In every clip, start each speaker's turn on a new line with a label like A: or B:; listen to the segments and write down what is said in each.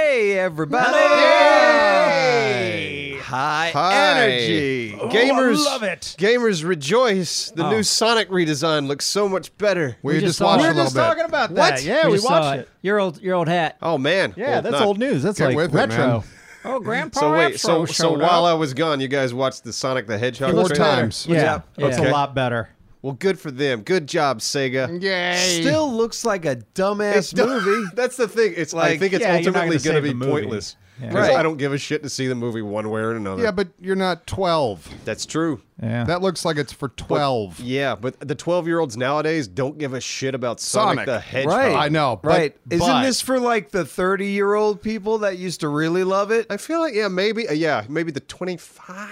A: everybody.
B: Hey!
A: High
B: Hi.
A: energy.
C: Oh, I
B: Gamers
C: love it. Oh.
B: Gamers rejoice. The new Sonic redesign looks so much better.
C: We just just watched
B: we were
C: saw it. a little
B: just
C: bit.
B: talking about that.
A: What?
C: Yeah,
D: We
C: we,
D: just saw
C: watched it.
D: Your old your old hat.
B: Oh man.
C: Yeah,
B: Old
C: that's
B: nut.
C: old news. That's
D: Get
C: like
D: with it, man.
C: retro.
D: Oh, Grandpa
B: So wait,
D: Afro
B: so so
D: showed
B: while
D: up.
B: I was gone, you guys watched the Sonic the Hedgehog
C: Four
B: trailer?
C: times.
D: Yeah.
C: Yeah,
D: Yeah.
C: it's
B: Okay.
C: a lot better.
B: Well, good for them. Good job, Sega.
A: Hey.
D: Yay.
A: Still looks like a dumbass movie.
B: That's the thing. It's like, I
A: Like,
B: think it's
C: yeah, you're not
B: ultimately
C: gonna
B: going to
C: save
B: be
C: the movie.
B: pointless.
C: Yeah.
B: 'Cause
A: Right.
B: I don't give a shit to see the movie one way or another.
D: Yeah,
E: but you're not 12.
B: that's true.
C: Yeah.
E: That looks like it's for 12.
B: Yeah, but the 12 year olds nowadays don't give a shit about Sonic,
E: Sonic.
B: the Hedgehog.
A: Right.
E: I know, but-
A: right. Isn't
E: but-
A: this for like the 30 year old people that used to really love it?
B: I feel like, yeah, maybe, uh, yeah, maybe the 25.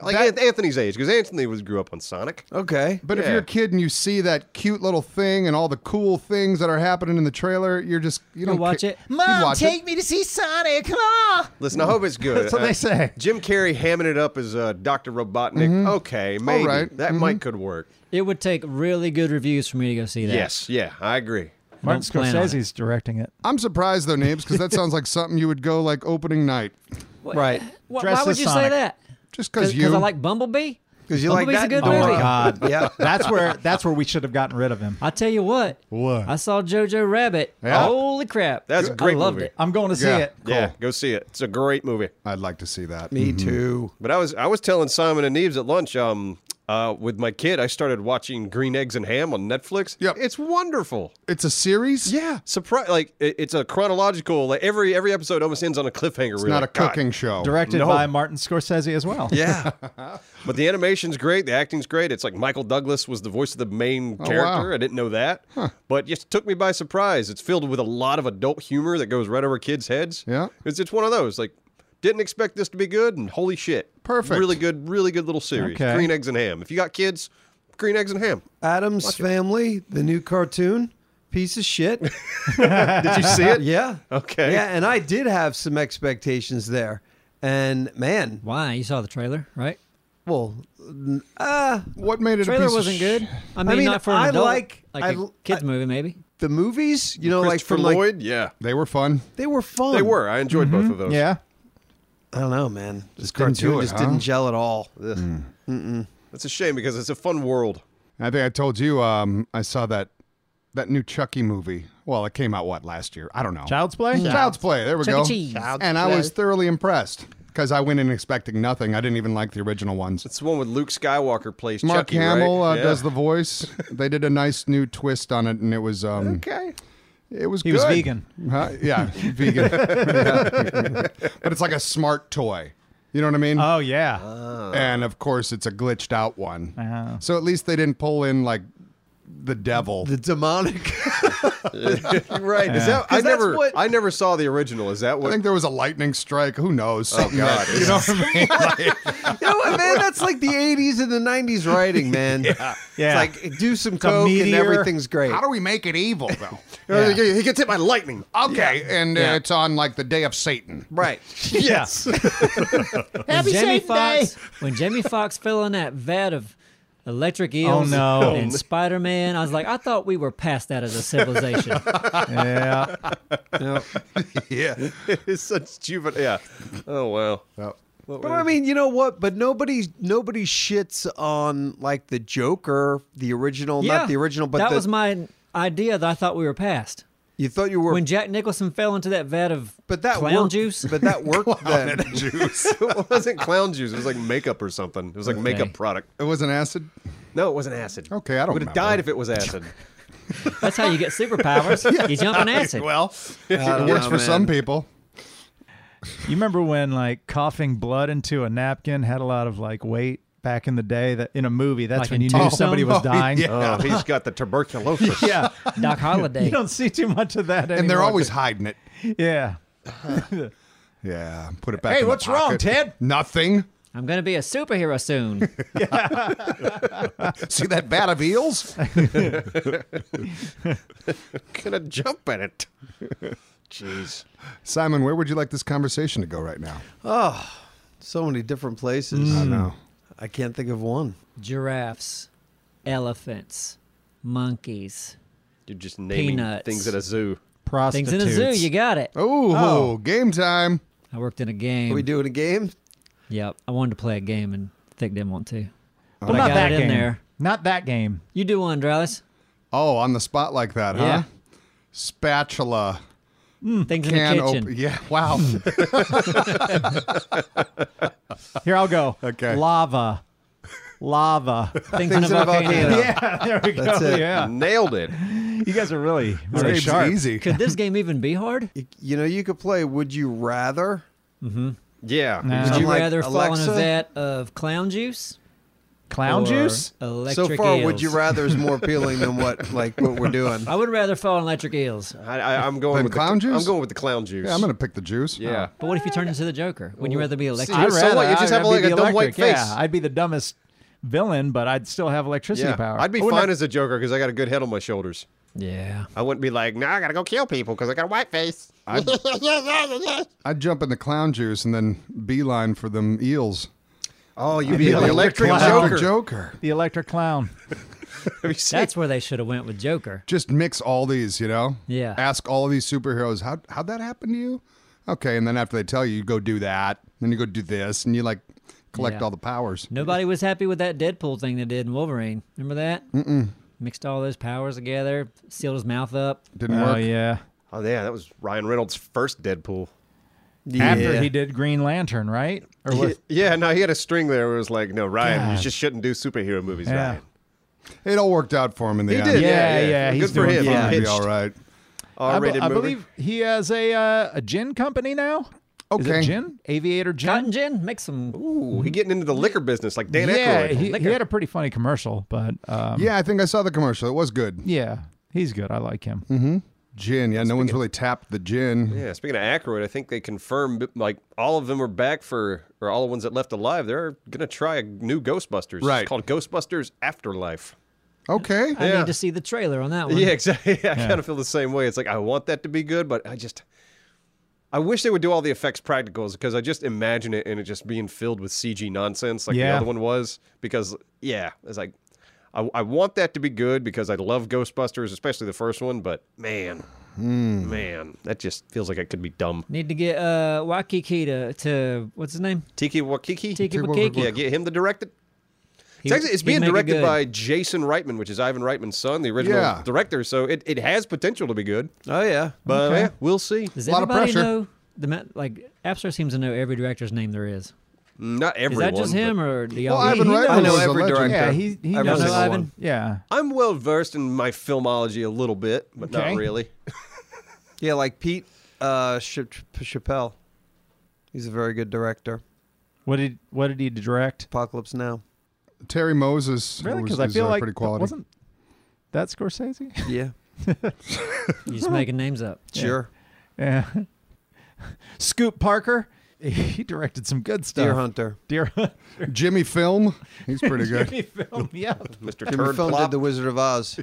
B: Like An- Anthony's age, because Anthony was grew up on Sonic.
A: Okay.
E: But if
B: Yeah.
E: you're a kid and you see that cute little thing and all the cool things that are happening in the trailer, you're just you don't
D: You'll watch
E: ca-
D: it.
E: you'd
D: Mom,
E: watch
D: take
E: it.
D: me to see Sonic. Ah!
B: Listen, I hope it's good.
C: That's what
B: Uh,
C: they say.
B: Jim Carrey hamming it up as uh, Dr. Robotnik. Okay, maybe.
E: right.
B: That might could work.
D: It would take really good reviews for me to go see that.
B: Yes, yeah, I agree.
C: Martin
D: Don't plan on it.
C: Scorsese's directing it.
E: I'm surprised though, names, because that sounds like something you would go like opening night,
A: Right.
D: Wh-
C: Dress
D: why would
C: as
D: you say
C: Sonic.
D: that?
E: just because you.
D: Because I like Bumblebee.
A: Because you like
D: Bumblebee's
A: that
D: a good
C: Oh
D: movie.
C: my god.
A: Yeah.
C: That's where that's where we should have gotten rid of him.
D: I tell you what.
E: What?
D: I saw Jojo Rabbit.
E: Yeah.
D: Holy crap.
B: That's a great
D: I loved
B: movie.
D: it.
C: I'm going to see
E: Yeah.
C: it.
B: Yeah, go see it. It's a great movie.
E: I'd like to see that.
A: Me too.
B: But I was I was telling Simon and Neves at lunch, um, uh, with my kid, I started watching Green Eggs and Ham on Netflix.
E: Yep.
B: it's wonderful.
E: It's a series.
B: Yeah, surprise! Like it- it's a chronological. Like every every episode almost ends on a cliffhanger.
E: It's not a cooking show.
C: Directed
B: No.
C: by Martin Scorsese as well.
B: Yeah, but the animation's great. The acting's great. It's like Michael Douglas was the voice of the main character.
E: wow.
B: I didn't know that, but it just took me by surprise. It's filled with a lot of adult humor that goes right over kids' heads.
E: Yeah.
B: it's it's one of those like didn't expect this to be good, and holy shit,
E: Perfect.
B: really good, really good little series.
C: Okay.
B: Green Eggs and Ham. If you got kids, Green Eggs and Ham.
A: Adam's Family, the new cartoon, piece of shit.
B: Did you see it?
A: yeah.
B: Okay.
A: Yeah, and I did have some expectations there. And man,
D: Why? You saw the trailer, right?
A: well,
E: What made it
D: Trailer
E: a piece
D: wasn't
E: of
D: good.
E: sh-
D: I mean,
A: mean,
D: not for an
A: I
D: adult.
A: like-
D: like
A: I
D: a
A: l-
D: kids
A: I-
D: movie, maybe.
A: the movies, you know, like
B: Christopher
A: from like
B: Lloyd. yeah,
E: They were fun.
A: they were fun.
B: they were. I enjoyed both of those.
C: Yeah.
A: I don't know, man. This
E: didn't do
A: cartoon
E: it,
A: just
E: huh?
A: didn't gel at all.
B: That's a shame because it's a fun world.
E: I think I told you. Um, I saw that that new Chucky movie. Well, it came out what last year? I don't know.
C: Child's Play?
E: Child's Play. There we
D: Chuck E.
E: go.
D: Cheese. Child's
E: and I was thoroughly impressed because I went in expecting nothing. I didn't even like the original ones.
B: It's the one with Luke Skywalker plays
E: Mark
B: Chucky,
E: Hamill
B: right?
E: uh,
B: Yeah.
E: does the voice. they did a nice new twist on it, and it was um,
B: Okay.
E: it was
C: He
E: good.
C: was vegan.
E: Huh? Yeah, vegan. but it's like a smart toy. You know what I mean?
C: Oh yeah.
E: and of course, it's a glitched out one.
B: Uh-huh.
C: Oh.
E: So at least they didn't pull in like the devil.
A: The demonic.
B: right. Is that I
A: 'Cause that's
B: never
A: what-
B: I never saw the original. Is that
E: I
B: what
E: think there was a lightning strike. Who knows? Oh
B: God.
E: you know what I mean?
A: you know what, man? That's like the 80s and the 90s writing, man. yeah.
C: Yeah.
A: It's like do some coke and
C: meteor.
A: everything's great.
E: How do we make it evil though?
C: uh,
B: he gets hit by lightning?
E: Okay, and uh,
A: Yeah.
E: it's on like the day of Satan.
A: Right.
C: Yes.
D: When Jamie Fox, when Jamie Fox fell in that vat of electric eels
C: no.
D: and Spider Man, I was like, I thought we were past that as a civilization.
C: yeah.
E: Yeah.
B: it's such juvenile. Yeah. Oh wow.
A: But I mean, you know what? But nobody nobody shits on like the Joker, the original,
D: yeah,
A: not the original, but
D: that
A: the,
D: was my idea that I thought we were past.
A: you thought you were
D: When Jack Nicholson fell into that vat of
A: but that
D: clown
A: worked,
D: juice,
A: But that worked then.
E: Juice.
B: it wasn't clown juice. It was like makeup or something. It was like makeup product.
E: It was an acid.
B: No, it wasn't acid.
E: Okay, I don't
B: would have
E: remember.
B: died if it was acid.
D: that's how you get superpowers. You jump in acid.
E: Well,
A: don't
E: it works
A: know,
E: for some
A: man.
E: people.
C: You remember when like coughing blood into a napkin had a lot of like weight back in the day that in a movie that's
D: Like in
C: when you knew
D: Tombstone?
C: somebody was
E: Oh,
C: dying.
E: yeah.
B: oh, he's got the tuberculosis.
C: Yeah.
D: Doc Holliday.
C: You don't see too much of that anymore.
E: And they're always hiding it.
C: Yeah.
E: Yeah, put it back.
C: Hey,
E: in the
C: what's wrong,
E: pocket.
C: Ted?
E: Nothing.
D: I'm gonna be a superhero soon.
E: See that vat of eels?
B: Gonna jump at it. Jeez.
E: Simon, where would you like this conversation to go right now?
A: so many different places.
E: I know.
A: I can't think of one.
D: Giraffes, elephants, monkeys.
B: You're just naming
D: Peanuts.
B: things at a zoo.
C: prostitutes.
D: Things in a zoo, you got it.
E: Ooh,
C: Oh.
E: game time.
D: I worked in a
A: Are
D: game.
A: we doing a game?
D: Yep, I wanted to play a game and Thick didn't want to.
C: but
D: I
C: not
D: got
C: that
D: it in
C: game.
D: there.
C: Not that game.
D: You do one, Dralis.
E: Oh, on the spot like that, huh?
D: Yeah.
E: Spatula can
D: Things in the kitchen.
E: open. Yeah, wow.
C: Here I'll go.
E: Okay.
C: Lava. Lava.
D: Things, in a volcano.
C: yeah, there we go.
A: That's it.
C: Yeah.
B: Nailed it.
C: You guys are really,
E: This
C: really
E: game's
C: sharp.
E: easy.
D: Could this game even be hard?
A: You, you know, you could play Would You Rather?
B: Yeah.
C: Nah.
D: Would
A: I'm
D: you
A: like,
D: rather fall in a
A: "Alexa?"
D: vat of clown juice?
C: Clown
D: or
C: juice?
D: Electric
A: so far,
D: eels?
A: Would You Rather is more appealing than what like what we're doing.
D: I would rather fall in electric eels.
B: I, I, I'm going
E: Then
B: with
E: clown
B: the,
E: juice?
B: I'm going with the clown juice.
E: Yeah, I'm gonna pick the juice.
B: Yeah.
D: But what if you turned into the Joker? Wouldn't you
B: Oh,
D: rather be electric?
B: I'd
C: I'd
B: so
C: rather,
B: what? You just
C: I'd
B: have, like,
C: be
B: a
C: the
B: dumb white
C: electric, yeah.
B: face.
C: I'd be the dumbest villain, but I'd still have electricity
B: Yeah.
C: power. Oh,
B: I'd be
C: I wouldn't
B: fine
C: have-
B: as a Joker because I got a good head on my shoulders.
D: yeah.
B: I wouldn't be like, nah, I gotta go kill people because I got a white face.
E: I'd jump in the clown juice and then beeline for them eels.
B: oh, you'd be
C: the
B: the electric
C: clown.
B: Joker.
E: Joker. Joker.
C: the electric clown.
B: Have you seen-
D: That's where they should have went with Joker.
E: Just mix all these, you know?
D: Yeah.
E: Ask all of these superheroes, how, how'd that happen to you? Okay, and then after they tell you, you go do that, then you go do this, and you like collect
D: Yeah.
E: all the powers.
D: Nobody was happy with that Deadpool thing they did in Wolverine. Remember that? Mm-mm. Mixed all those powers together, sealed his mouth up.
E: Didn't
C: oh
E: work.
C: yeah.
B: oh yeah, that was Ryan Reynolds' first Deadpool.
C: After
A: Yeah.
C: he did Green Lantern, right? Or what?
B: Yeah, no, he had a string there where it was like, no, Ryan, you
C: God.
B: just shouldn't do superhero movies,
C: Yeah.
B: Ryan.
E: It all worked out for him in the
B: He
E: end.
B: did,
C: Yeah,
B: yeah,
C: yeah,
B: yeah.
C: he's
B: Good for
C: doing
B: him.
C: fine.
E: It'd
B: He
E: be all
B: pitched
E: right.
C: I, be-
B: R-rated
C: I
B: movie.
C: believe he has a uh, a gin company now. Is it
E: Okay.
C: gin? Aviator gin.
D: Cotton gin, make some.
B: Ooh, he getting into the liquor business like Dan
C: yeah,
B: Aykroyd.
C: he, he had a pretty funny commercial, but um, yeah.
E: Yeah, I think I saw the commercial. It was good.
C: he's good. I like him.
B: Mm-hmm.
E: Gin, yeah, no one's really tapped the gin.
B: Yeah, speaking of Aykroyd, I think they confirmed like all of them are back for, or all the ones that left alive. They're gonna try a new Ghostbusters.
E: Right.
B: it's called Ghostbusters Afterlife.
E: Okay.
D: I
B: Yeah.
D: need to see the trailer on that one.
B: Yeah, exactly. I kind of feel the same way. It's like I want that to be good, but I just, I wish they would do all the effects practicals because I just imagine it and it just being filled with CG nonsense like
C: Yeah.
B: the other one was. Because yeah, it's like. I, I want that to be good because I love Ghostbusters, especially the first one. But man,
D: Hmm.
B: man, that just feels like it could be dumb.
D: Need to get uh, Waikiki to, to what's his name?
B: Tiki Wakiki.
D: Tiki
E: Tiki
D: Wakiki.
B: Yeah, get him to direct it.
D: He-
B: It's, actually, it's
D: he'd
B: being
D: make it
B: directed
D: good.
B: by Jason Reitman, which is Ivan Reitman's son, the original
E: Yeah.
B: director. So it, it has potential to be good.
A: Oh yeah.
B: But yeah, we'll see.
D: Does
E: lot of
D: anybody
E: pressure.
D: know the ma- like? Abstar seems to know every director's name there is.
B: Not
D: Is
B: everyone.
D: that just him, or do y'all?
E: Well, Ivan
C: he
E: Reitman
A: I know
E: was a
A: every
E: legend.
A: director.
C: Yeah, he he
A: Every
C: knows
D: single
C: Ivan.
D: one.
C: Yeah,
B: I'm well versed in my filmology a little bit, but
C: Okay.
B: not really.
A: Yeah, like Pete uh, Ch- Chappelle. He's a very good director.
C: What did what did he direct?
A: Apocalypse Now.
E: Terry Moses
C: Really?
E: was-
C: Because I
E: is,
C: feel
E: uh,
C: like
E: pretty
C: that
E: quality.
C: wasn't that Scorsese?
A: Yeah,
D: You're just making names up.
A: sure.
C: Yeah. Scoop Parker. He directed some good stuff.
A: Deer Hunter.
C: Deer Hunt.
E: Jimmy Film, he's pretty good.
C: Jimmy Film. Yeah.
B: Mr.
A: Jimmy
B: Turd
A: Film did
B: Plop.
A: The Wizard of Oz.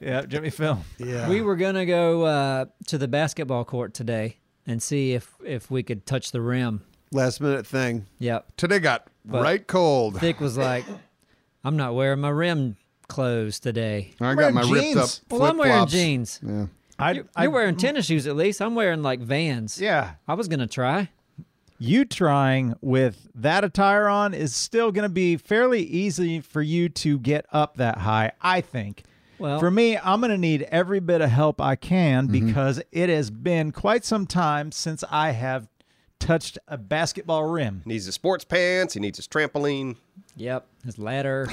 C: Yeah. Jimmy Film.
A: Yeah.
D: We were gonna go uh, to the basketball court today and see if if we could touch the rim.
A: Last minute thing.
D: Yep.
E: Today got
D: But-
E: right cold.
D: Thick was like, "I'm not wearing my rim clothes today."
A: Uh,
E: I
C: wearing
E: got my ripped up
C: jeans.
E: flip
D: Well, I'm wearing jeans.
E: Yeah.
C: I,
D: You're, you're wearing tennis shoes at least. I'm wearing like Vans.
C: Yeah.
D: I was gonna try.
C: You trying with that attire on is still going to be fairly easy for you to get up that high, I think.
D: Well-
C: for me, I'm going to need every bit of help I can because it has been quite some time since I have touched a basketball rim.
B: He needs his sports pants. He needs his trampoline.
D: Yep. His ladder.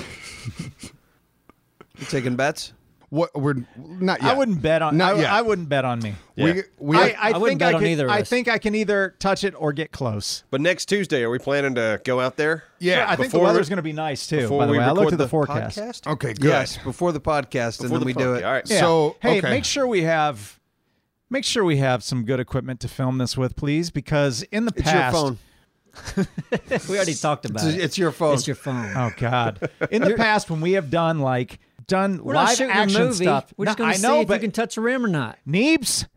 A: You taking bets?
E: What we're not yet.
C: I wouldn't bet on.
E: Not
C: I,
E: yet.
C: I wouldn't bet on me.
B: Yeah.
E: We, we
C: I, I,
D: I wouldn't
C: think
D: bet
C: I
D: on
C: can,
D: either of
C: I
D: us.
C: think I can either touch it or get close.
B: But next Tuesday, are we planning to go out there?
E: Yeah,
C: I think the
B: before-
C: weather's going to be nice too.
B: before
C: By the
B: we
C: way, I looked
B: record
C: at the,
B: the
C: forecast.
A: Podcast?
E: okay, good.
A: Yes, before the podcast, and
B: Before
A: then
B: the
A: we do
B: pub-
A: it.
B: All right.
C: Yeah.
E: So,
C: hey,
E: okay.
C: make sure we have make sure we have some good equipment to film this with, please, because in the
A: It's
C: past,
A: your phone.
D: we already talked about
A: It's,
D: it.
A: it's your phone.
D: It's your phone.
C: oh god, in the past when we have done like done
D: We're not
C: live
D: shooting
C: action
D: a movie.
C: stuff,
D: We're just
C: No,
D: going
C: I
D: to
C: know,
D: see if
C: but
D: you can touch a rim or not.
C: Neebs,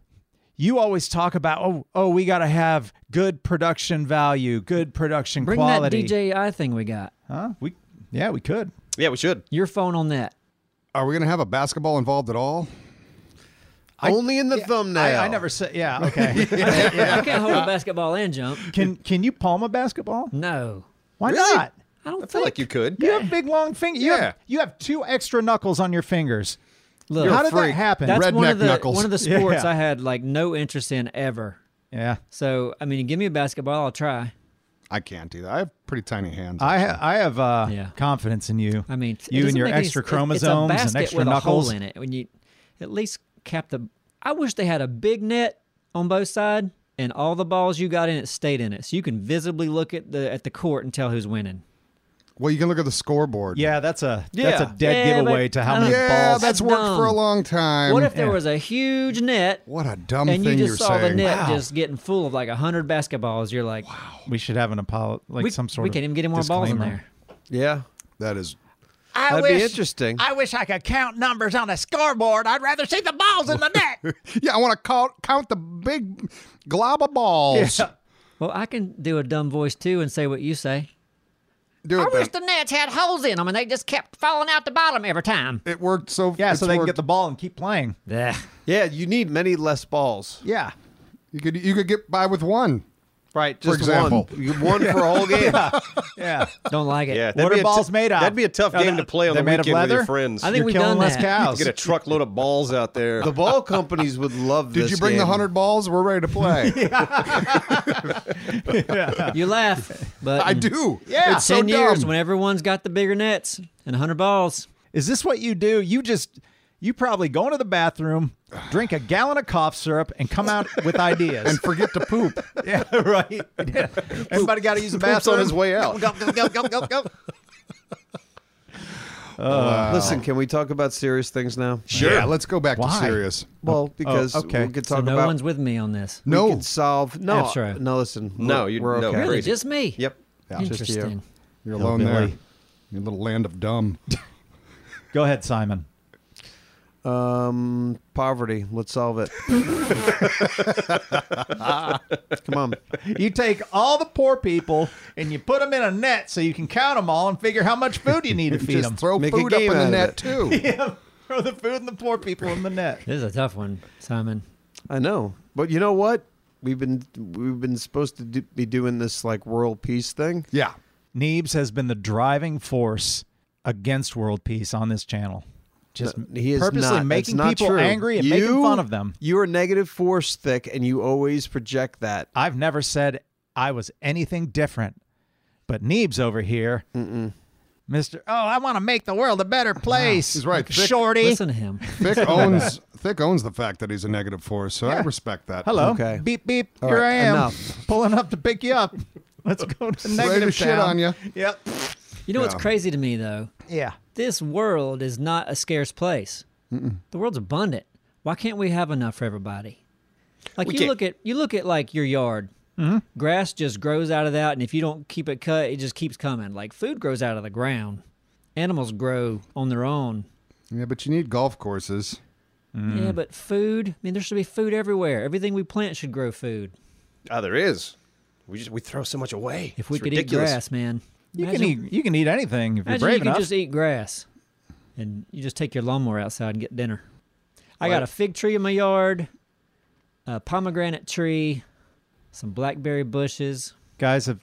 C: you always talk about oh oh we got to have good production value, good production
D: Bring
C: quality.
D: that DJI thing we got.
C: Huh? We yeah we could.
B: Yeah, we should.
D: Your phone on that.
E: are we gonna have a basketball involved at all?
A: Only in the thumbnail.
C: I, I never said. Yeah. Okay.
D: I can't hold a basketball and jump.
C: Can Can you palm a basketball?
D: No,
C: Why
B: Really?
C: not?
D: I don't
B: I feel like you could.
C: You have big long fingers. You,
B: Yeah.
C: have, you have two extra knuckles on your fingers.
D: Look,
C: How did that happen?
D: That's one
E: Redneck
D: of the
E: knuckles.
D: one of the sports
C: Yeah.
D: I had like no interest in ever.
C: yeah.
D: So I mean, you give me a basketball, I'll try.
E: I can't do that. I have pretty tiny hands.
C: I ha- I have uh,
D: Yeah.
C: confidence in you.
D: I mean, it
C: you and
D: doesn't
C: your
D: make any-
C: extra
D: it-
C: chromosomes
D: it's a
C: and
D: basket
C: extra
D: with
C: knuckles.
D: a hole in it. When you at least cap the. I wish they had a big net on both side, and all the balls you got in it stayed in it, so you can visibly look at the at the court and tell who's winning.
E: well, you can look at the scoreboard.
C: Yeah, that's a
B: Yeah.
C: that's a dead
D: Yeah,
C: giveaway
D: but
C: to how
D: I
C: many
D: don't-
E: Yeah,
C: balls.
E: that's
D: That's
E: worked for a
D: dumb.
E: long time.
D: What if there
C: Um, Yeah.
D: was a huge net
E: What a dumb
D: and you
E: thing
D: just
E: are
D: saw
E: saying.
D: the net just getting full of like hundred basketballs? You're like,
C: we should have an apollo, like
D: we,
C: some sort
D: we
C: of.
D: can't even get any more balls in
C: disclaimer.
D: there.
A: Yeah.
E: That is
C: I
A: That'd be wish- interesting. I
C: wish I could count numbers on a scoreboard. I'd rather see the balls in the net.
E: Yeah, I want to count count the big glob of balls.
D: Well, I can do a dumb voice too and say what you say.
E: Do it.
D: I wish
E: then.
D: the nets had holes in them and they just kept falling out the bottom every time.
E: it worked so.
C: Yeah,
E: it's
C: so they can
E: worked.
C: get the ball and keep playing.
D: Ugh.
A: Yeah, you need many less balls.
C: Yeah.
E: You could you could get by with one.
A: Right. Just
E: example.
A: one. You- One for a whole game.
C: Yeah.
D: Don't like it.
B: Yeah, that'd
C: What
B: be
C: are
B: a
C: balls made of?
B: That'd be a tough
C: Are they-
B: game to play on
C: they're
B: the
C: made of
B: weekend with your
C: leather?
B: friends.
D: I think
C: You're
D: we've
C: killing
D: done
C: less
D: that.
C: cows.
B: Get a truckload of balls out there.
A: The ball companies would love
E: Did
A: this
E: you bring the
A: game.
E: hundred balls? We're ready to play.
D: You laugh, but
E: I
D: in-
E: do.
C: Yeah.
D: In
E: it's so
D: ten years,
E: dumb.
D: when everyone's got the bigger nets and hundred balls,
C: Is this what you do? You just you probably go into the bathroom, drink a gallon of cough syrup, and come out with ideas.
E: and forget to poop.
C: yeah, right. Yeah. Everybody got to use the
B: Poops
C: bathroom.
B: on his way out.
A: Uh, Listen, can we talk about serious things now?
E: Yeah, let's go back
C: Why?
E: to serious.
A: Well,
E: oh,
A: because
C: okay.
A: we could
D: so
A: talk
D: no
A: about
D: one's with me on this.
A: we
E: No.
A: could solve no
D: That's right.
A: no listen
B: No,
A: we're-
B: you-
A: we're
B: no,
A: okay.
D: Really,
B: Crazy.
D: just me.
B: Yep.
A: just you.
D: Interesting.
E: You're alone
C: Hillbilly.
E: there. Your little land of dumb.
C: Go ahead, Simon.
A: Um, poverty. Let's solve it. Come on.
C: You take all the poor people and you put them in a net so you can count them all and figure how much food you need to feed
E: Just
C: them.
E: throw
A: Make a
E: food up in
A: game out
E: the
A: of
E: net
A: it.
E: too.
C: Throw the food and the poor people in the net.
D: This is a tough one, Simon.
A: I know, but you know what? We've been we've been supposed to do, be doing this like world peace thing.
E: Yeah.
C: Neebs has been the driving force against world peace on this channel. Just
A: He is
C: purposely
A: not. That's
C: making
A: not
C: people
A: true.
C: angry and making
A: You-
C: fun of them.
A: You are negative force thick, and you always project that.
C: I've never said I was anything different, but Neebs over here, Mister. Oh, I want to make the world a
A: Ah,
C: better place.
E: He's right. Thick-
C: shorty.
D: Listen to him.
E: Thick owns Thick owns the fact that he's a negative force, so I respect that.
C: Hello.
A: Okay.
C: Beep beep.
A: All
C: here
A: right,
C: I am,
A: enough.
C: pulling up to pick you up. Let's go to
E: Ready
C: negative
E: to shit
C: town.
E: on you.
C: Yep.
D: You know what's
E: Yeah.
D: crazy to me though?
C: Yeah.
D: This world is not a scarce place. The world's abundant. Why can't we have enough for everybody? Like
B: We
D: you
B: can't- Mm-hmm.
D: look at you look at like your yard. Grass just grows out of that, and if you don't keep it cut, it just keeps coming. Like food grows out of the ground. Animals grow on their own.
E: Yeah, but you need golf courses.
B: Mm.
D: Yeah, but food. I mean, there should be food everywhere. Everything we plant should grow food.
B: Oh, there is. We just we throw so much away.
D: If we
B: It's
D: could
B: ridiculous.
D: eat grass, man,
C: You
D: Imagine-
C: can eat. You can eat anything if you're
D: Imagine
C: brave
D: you could
C: enough.
D: just eat grass, and you just take your lawnmower outside and get dinner. I got a fig tree in my yard, a pomegranate tree, some blackberry bushes.
C: Guys, have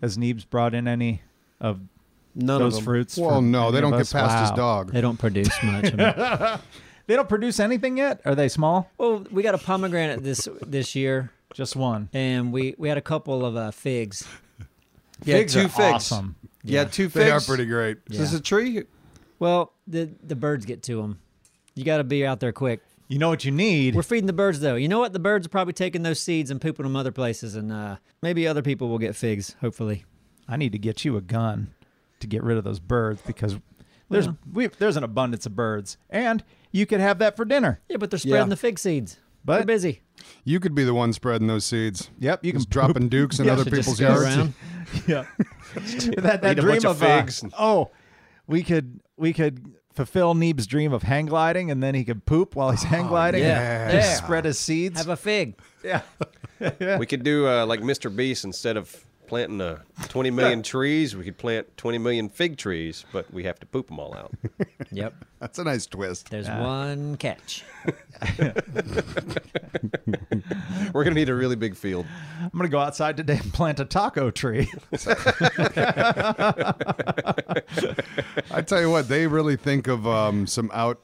C: has Neebs brought in any of
A: None of
C: those
A: them.
C: fruits?
E: Well,
C: for
E: no,
C: any
E: they
C: of
E: don't get
C: us?
E: past his
C: Wow.
E: dog.
D: They don't produce much. I mean-
C: They don't produce anything yet. Are they small?
D: well, we got a pomegranate this this year,
C: Just one.
D: and we we had a couple of uh, figs.
A: Yeah,
C: Figs
A: two
C: are
A: figs.
C: awesome.
A: Yeah, two figs.
E: They are pretty great.
A: Is this a tree?
D: Well, the the birds get to them. You got to be out there quick.
C: You know what you need?
D: We're feeding the birds though. You know what? The birds are probably taking those seeds and pooping them other places, and uh, maybe other people will get figs. Hopefully,
C: I need to get you a gun to get rid of those birds because there's
D: Well.
C: we, there's an abundance of birds, and you could have that for dinner.
D: yeah. But they're
A: Yeah.
D: spreading the fig seeds.
C: But-
D: We're busy.
E: You could be the one spreading those seeds.
C: Yep, you
E: Just
C: can
E: dropping dukes in
C: Yeah,
E: other
C: should just
E: people's
C: go
E: yards.
D: around.
C: Yeah, that, that
B: Eat a
C: dream
B: bunch of
C: uh,
B: figs.
C: oh, we could we could fulfill Neeb's dream of hang gliding, and then he could poop while he's hang gliding.
D: yeah.
C: and
D: Yeah.
C: spread his seeds.
D: Have a fig.
C: yeah,
B: We could do uh, like Mr. Beast instead of planting uh, 20 million trees, we could plant 20 million fig trees, but we have to poop them all out.
D: Yep.
E: That's a nice twist.
D: There's one catch.
B: We're going to need a really big field.
C: I'm gonna go outside today and plant a taco tree.
E: I tell you what, they really think of um, some out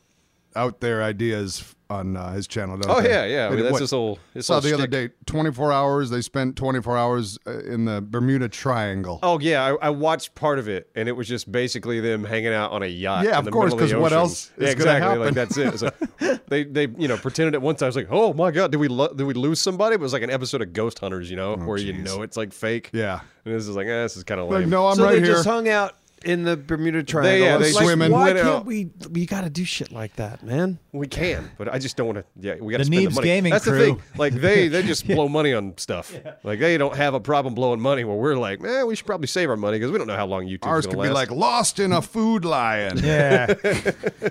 E: out there ideas on uh, his channel. Don't
B: Oh,
E: they?
B: yeah, yeah. I mean,
E: They do-
B: that's
E: what-
B: his whole- his
E: saw
B: whole
E: the other
B: shtick.
E: day. Twenty four hours. They spent twenty four hours uh, in the Bermuda Triangle.
B: Oh, yeah. I, I watched part of it, and it was just basically them hanging out on a yacht.
E: Yeah,
B: in
E: of
B: the
E: course,
B: middle of the
E: 'cause what
B: ocean.
E: else
B: Yeah,
E: is gonna
B: exactly. Like,
E: happen?
B: that's it. It's like, they, they, you know, pretended at one time, it's like, oh, my God, did we, lo- did we lose somebody? It was like an episode of Ghost Hunters, you know, where you
E: Oh, jeez.
B: know it's like fake.
E: Yeah.
B: And this is like, eh, this is kind of lame.
E: Like, no, I'm
A: so
E: right
A: they
E: here.
A: just hung out in the Bermuda Triangle.
B: yeah,
A: It's
B: they
A: like,
E: swim and
A: Why
B: went
A: can't
B: out.
A: we? We got to do shit like that, man.
B: We can, but I just don't want to. Yeah, we got to
C: The
B: spend the
C: Neebs
B: money.
C: gaming
B: That's the
C: crew.
B: thing. Like they, they just blow money on stuff. Like they don't have a problem blowing money. Where we're like, man, we should probably save our money because we don't know how long YouTube's
E: Ours
B: gonna
E: could
B: last.
E: be like lost in a food lion.
C: yeah.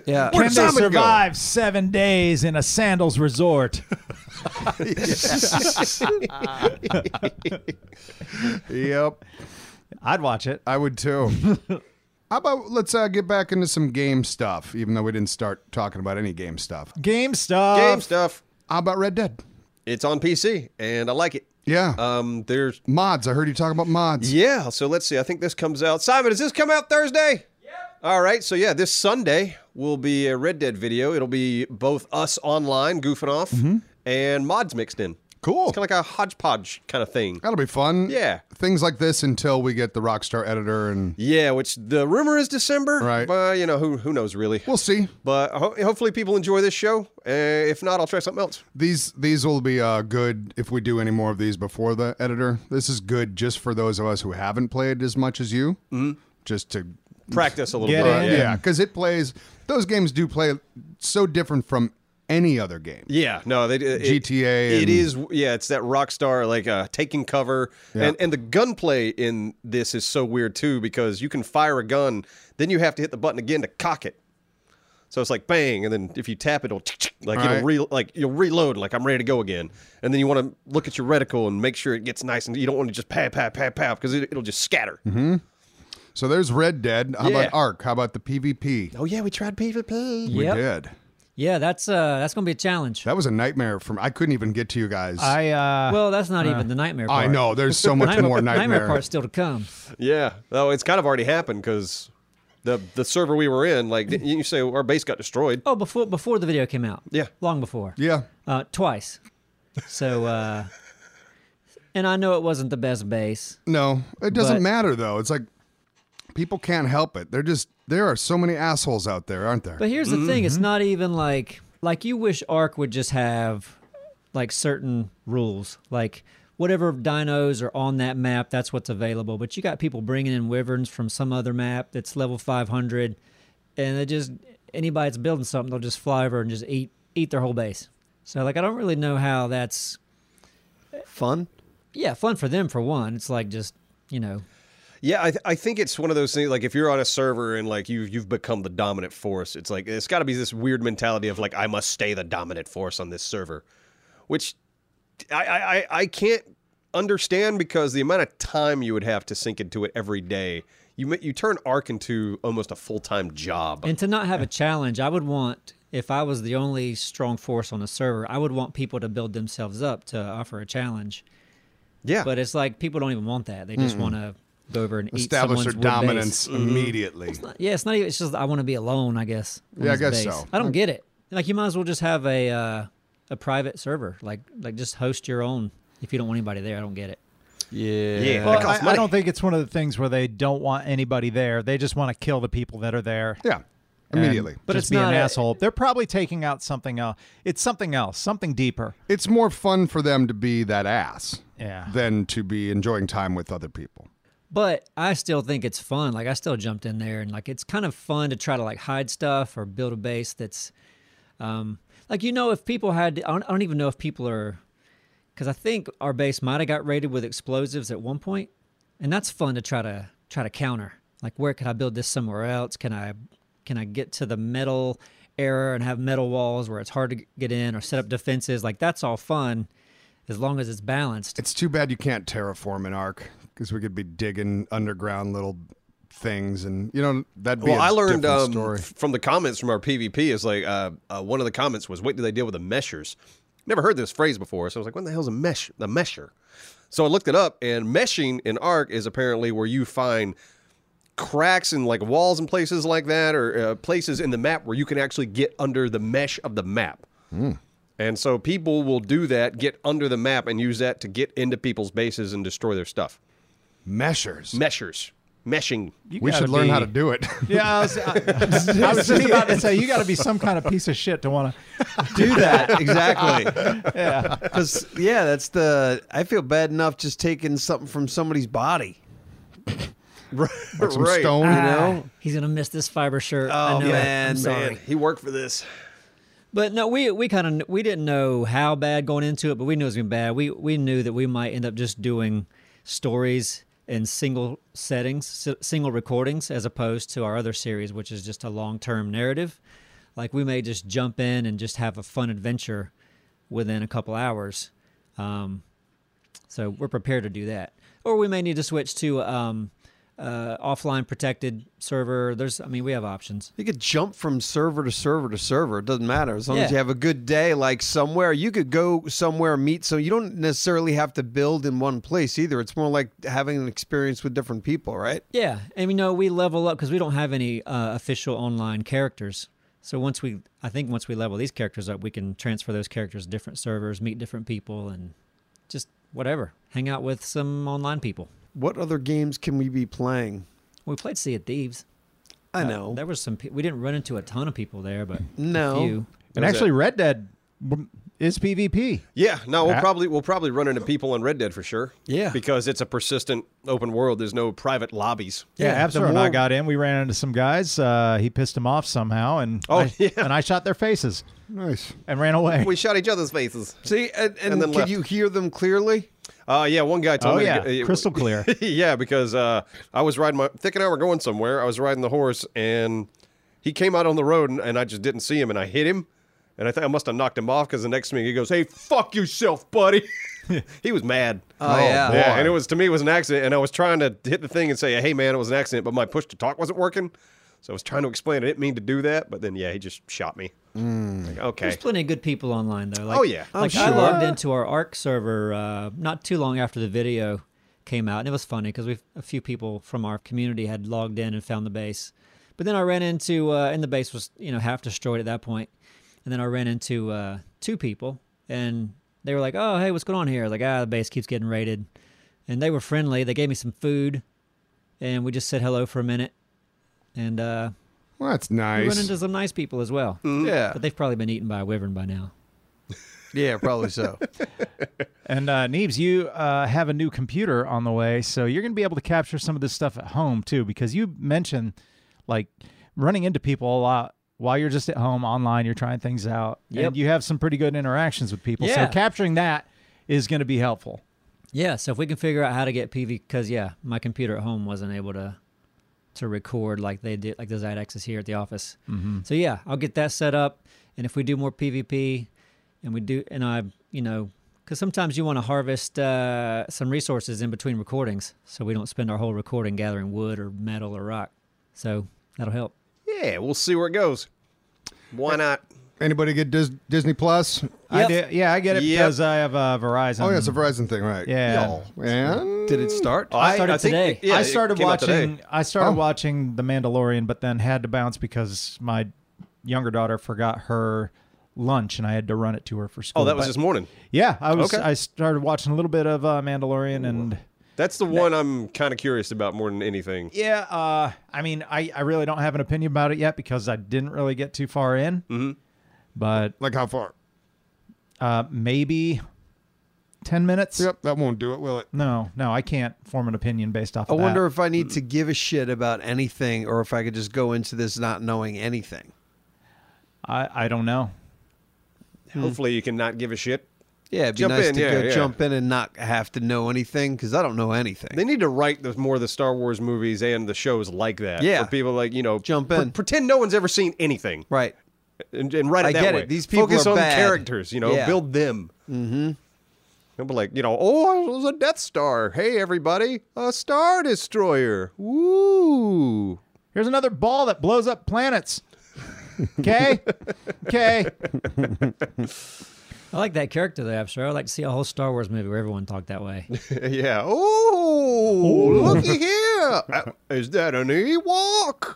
A: Yeah.
C: Can they
E: Simon go?
C: survive seven days in a sandals resort?
E: yep,
C: I'd watch it.
E: I would too. How about let's uh, get back into some game stuff, even though we didn't start talking about any game stuff.
C: Game stuff.
B: game stuff.
E: How about Red Dead?
B: It's on PC and I like it.
E: Yeah,
B: Um, there's
E: mods. I heard you talk about mods.
B: yeah. So let's see. I think this comes out. Simon, does this come out Thursday? Yeah. All right. So yeah, this Sunday will be a Red Dead video. It'll be both us online goofing off
E: Mm-hmm.
B: and mods mixed in.
E: Cool.
B: It's kind of like a hodgepodge kind of thing.
E: That'll be fun.
B: Yeah.
E: Things like this until we get the Rockstar editor, and
B: Yeah, which the rumor is December.
E: Right.
B: But, you know, who who knows really.
E: we'll see.
B: But ho- hopefully people enjoy this show. Uh, if not, I'll try something else.
E: These these will be uh, good if we do any more of these before the editor. This is good just for those of us who haven't played as much as you, mm-hmm. just to uh,
B: Practice a little
C: Get
B: bit.
C: in.
B: Yeah.
E: yeah, because it plays. Those games do play so different from any other game.
B: Yeah, no, they it,
E: GTA
B: It
E: and-
B: is, yeah, it's that rock star like uh, taking cover,
E: Yeah.
B: and and the gunplay in this is so weird too because you can fire a gun, then you have to hit the button again to cock it. So it's like bang, and then if you tap it, it'll like
E: Right.
B: you'll re- like you'll reload, like I'm ready to go again, and then you want to look at your reticle and make sure it gets nice, and you don't want to just pap pap pap pap because it, it'll just scatter.
E: Mm-hmm. So there's Red Dead. How
B: Yeah.
E: about Ark? How about the PvP?
B: Oh yeah, we tried PvP.
E: We
D: Yep.
E: did.
D: Yeah, that's uh that's gonna be a challenge.
E: That was a nightmare from. I couldn't even get to you guys.
C: I uh
D: well, that's not even the nightmare part.
E: I know. There's so much more
D: nightmare
E: nightmare.
D: part's still to come.
B: Yeah. Oh, it's kind of already happened because the the server we were in, like didn't you say our base got destroyed.
D: Oh, before before the video came out.
B: Yeah.
D: Long before.
E: Yeah.
D: Uh, twice. So uh and I know it wasn't the best base.
E: No, it doesn't
D: But-
E: matter though. It's like people can't help it. They're just there are so many assholes out there, aren't there?
D: But here's the thing, it's not even like like you wish Ark would just have like certain rules. Like whatever dinos are on that map, that's what's available. But you got people bringing in wyverns from some other map that's level 500 and they just anybody that's building something, they'll just fly over and just eat eat their whole base. So like I don't really know how that's
A: Fun.
D: yeah, fun for them for one. It's like just, you know,
B: Yeah, I, th- I think it's one of those things. Like if you're on a server and like you you've become the dominant force, it's like it's got to be this weird mentality of like I must stay the dominant force on this server, which I I, I- I can't understand because the amount of time you would have to sink into it every day. You ma- you turn Ark into almost a full time job.
D: And to not have a challenge, I would want if I was the only strong force on a server, I would want people to build themselves up to offer a challenge.
B: yeah,
D: But it's like people don't even want that. They just want to go over and
E: Establish
D: eat
E: their
D: someone's wood base.
E: dominance immediately.
D: Yeah, it's not even. It's just I want to be alone. I guess. on
E: Yeah, I
D: this
E: guess
D: base.
E: so. Mm.
D: I don't get it. Like you might as well just have a uh, a private server. Like like just host your own if you don't want anybody there. I don't get it.
B: yeah,
C: well, I, I don't think it's one of the things where they don't want anybody there. They just want to kill the people that are there.
E: Yeah,
C: and
E: immediately.
D: But
C: just
D: it's
C: be
D: not
C: an
D: a-
C: asshole. They're probably taking out something else. It's something else, something deeper.
E: it's more fun for them to be that ass
C: Yeah.
E: than to be enjoying time with other people.
D: But I still think it's fun. Like I still jumped in there and like it's kind of fun to try to like hide stuff or build a base that's um like you know if people had I don't, I don't even know if people are cuz I think our base might have got raided with explosives at one point and that's fun to try to try to counter. Like where could I build this somewhere else? Can I can I get to the metal era and have metal walls where it's hard to get in or set up defenses? Like that's all fun as long as it's balanced.
E: It's too bad you can't terraform an arc because we could be digging underground little things, and you know that'd be.
B: Well,
E: a
B: I learned
E: different
B: um,
E: story.
B: f- from the comments from our PvP is like uh, uh, one of the comments was, "What do they deal with the meshers?" Never heard this phrase before, so I was like, "What the hell's a mesh? A mesher?" So I looked it up, and meshing in Arc is apparently where you find cracks in like walls and places like that, or uh, places in the map where you can actually get under the mesh of the map.
E: Hmm.
B: And so people will do that, get under the map, and use that to get into people's bases and destroy their stuff.
E: Meshers.
B: Meshers, meshing.
C: You
E: we
C: gotta
E: should learn how
C: be-
E: to do it.
C: Yeah, I was, I, I was just about to say you got to be some kind of piece of shit to want to do that.
A: exactly. yeah, because yeah, that's the. I feel bad enough just taking something from somebody's body.
E: Like some
B: Right.
E: stone.
A: You know?
D: He's gonna miss this fiber shirt.
A: Oh,
D: I know it.
A: man,
D: I'm sorry.
B: Man, he worked for this.
D: But no, we we kind of we didn't know how bad going into it, but we knew it was gonna be bad. We we knew that we might end up just doing stories in single settings, si- single recordings, as opposed to our other series, which is just a long term narrative. Like we may just jump in and just have a fun adventure within a couple hours. Um, so we're prepared to do that, or we may need to switch to um, uh, offline protected server. There's, I mean, we have options.
A: You could jump from server to server to server. It doesn't matter as long as
D: Yeah.
A: you have a good day. Like somewhere, you could go somewhere meet. So you don't necessarily have to build in one place either. It's more like having an experience with different people, right?
D: Yeah, and you know we level up because we don't have any uh, official online characters. So once we, I think once we level these characters up, we can transfer those characters to different servers, meet different people, and just whatever, hang out with some online people.
A: What other games can we be playing? Uh,
D: We played Sea of Thieves.
A: I know.
D: There was some. pe- We didn't run into a ton of people there, but
A: No.
D: a few.
C: And
B: That was
C: actually,
B: it.
C: Red Dead w- is PvP.
B: Yeah, no, we'll
C: That-
B: probably we'll probably run into people on Red Dead for sure.
A: Yeah.
B: because it's a persistent open world. There's no private lobbies.
C: Yeah,
A: Yeah,
C: Absor
A: the
C: and I
A: more-
C: got in. We ran into some guys. Uh, he pissed them off somehow, and
B: Oh,
C: I,
B: yeah.
C: and I shot their faces
E: Nice.
C: and ran away.
B: We shot each other's faces.
A: See, and, and,
B: And then
A: can
B: left.
A: you hear them clearly?
B: Uh, yeah, one guy told
C: oh
B: me. to
C: yeah,
B: get- uh,
C: crystal clear.
B: yeah, because uh, I was riding my Thick and I were going somewhere. I was riding the horse, and he came out on the road, and, and I just didn't see him, and I hit him, and I think I must have knocked him off because the next thing he goes, "Hey, fuck yourself, buddy." he was mad.
A: Oh, yeah.
B: yeah,
E: boy.
B: and it was to me it was an accident, and I was trying to hit the thing and say, "Hey, man, it was an accident," but my push to talk wasn't working, so I was trying to explain. I didn't mean to do that, but then yeah, he just shot me. Like, okay,
D: There's plenty of good people online though. Like,
B: Oh, yeah. I'm
D: like I logged into our Arc server uh, not too long after the video came out, and it was funny because we a few people from our community had logged in and found the base, but then I ran into uh, and the base was you know half destroyed at that point, and then I ran into uh, two people and they were like, "Oh hey, what's going on here?" I was like, "Ah, the base keeps getting raided," and they were friendly. They gave me some food, and we just said hello for a minute, and uh,
E: Well, that's
D: we ran
E: nice.
D: into some nice people as well.
B: Mm. Mm-hmm.
A: Yeah.
D: But they've probably been eaten by a wyvern by now.
A: Yeah, probably so.
C: And uh, Neebs, you uh, have a new computer on the way, so you're going to be able to capture some of this stuff at home too, because you mentioned like running into people a lot while you're just at home online, you're trying things out,
D: Yep.
C: and you have some pretty good interactions with people.
D: Yeah.
C: So capturing that is going to be helpful.
D: Yeah, so if we can figure out how to get PV, because yeah, my computer at home wasn't able to to record like they did, like the Zydex is here at the office. Mm-hmm. So yeah, I'll get that set up, and if we do more PvP, and we do, and I, you know, because sometimes you want to harvest uh, some resources in between recordings, so we don't spend our whole recording gathering wood or metal or rock. So that'll help.
B: yeah, we'll see where it goes. Why not?
E: Anybody get Dis- Disney Plus?
C: I
D: Yep.
C: do, yeah, I get it
B: Yep.
C: because I have uh, Verizon.
E: Oh yeah, it's a Verizon thing, right?
C: Yeah.
E: Y'all. And
A: Did it start?
B: I
D: started
B: think-
D: today.
B: yeah,
C: I
B: it
C: started
B: came out today.
C: watching. I started
E: Oh.
C: watching The Mandalorian, but then had to bounce because my younger daughter forgot her lunch, and I had to run it to her for school.
B: Oh, that was
C: But-
B: this morning.
C: Yeah, I was.
B: Okay.
C: I started watching a little bit of uh, Mandalorian, and
B: That's the one I'm kind of curious about more than anything.
C: yeah, uh, I mean, I, I really don't have an opinion about it yet because I didn't really get too far in. Mm-hmm. But
E: like how far?
C: uh, maybe ten minutes.
E: Yep, that won't do it, will it?
C: No, no, I can't form an opinion based off.
A: I
C: of
A: wonder
C: That.
A: if I need to give a shit about anything or if I could just go into this not knowing anything.
C: I I don't know.
B: Hopefully, you can not give a shit.
A: Yeah, it'd be
B: Jump
A: nice
B: in,
A: to
B: yeah,
A: go
B: yeah.
A: jump in and not have to know anything because I don't know anything.
B: They need to write the, more of the Star Wars movies and the shows like that.
A: Yeah.
B: where people like you know
A: Jump
B: pre-
A: in.
B: pretend no one's ever seen anything,
A: right.
B: and, and write it
A: I
B: that
A: get
B: way.
A: it. These people
B: focus
A: are
B: on
A: bad. Mm-hmm.
B: characters. You know,
A: Yeah.
B: build them. They'll be like, you know, oh, it was a Death Star. Hey, everybody, a Star Destroyer. Woo!
C: Here's another ball that blows up planets. Okay, okay.
D: I like that character they have, sure. I'd like to see a whole Star Wars movie where everyone talked that way.
B: yeah. Oh, looky here. Uh, Is that an Ewok?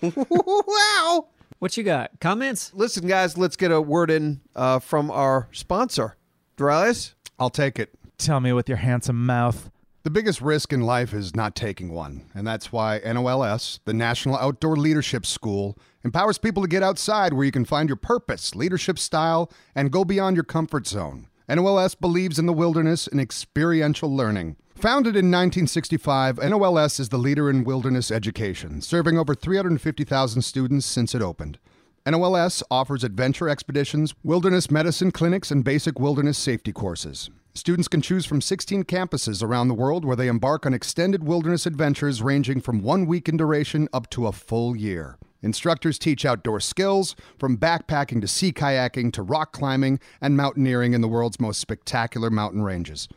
B: wow.
D: What you got? Comments?
A: Listen, guys, let's get a word in uh, from our sponsor, Duralis.
E: I'll take it.
C: Tell me with your handsome mouth.
E: The biggest risk in life is not taking one, and that's why NOLS, the National Outdoor Leadership School, empowers people to get outside where you can find your purpose, leadership style, and go beyond your comfort zone. NOLS believes in the wilderness and experiential learning. Founded in 1965, NOLS is the leader in wilderness education, serving over 350,000 students since it opened. NOLS offers adventure expeditions, wilderness medicine clinics, and basic wilderness safety courses. Students can choose from 16 campuses around the world where they embark on extended wilderness adventures ranging from one week in duration up to a full year. Instructors teach outdoor skills from backpacking to sea kayaking to rock climbing and mountaineering in the world's most spectacular mountain ranges.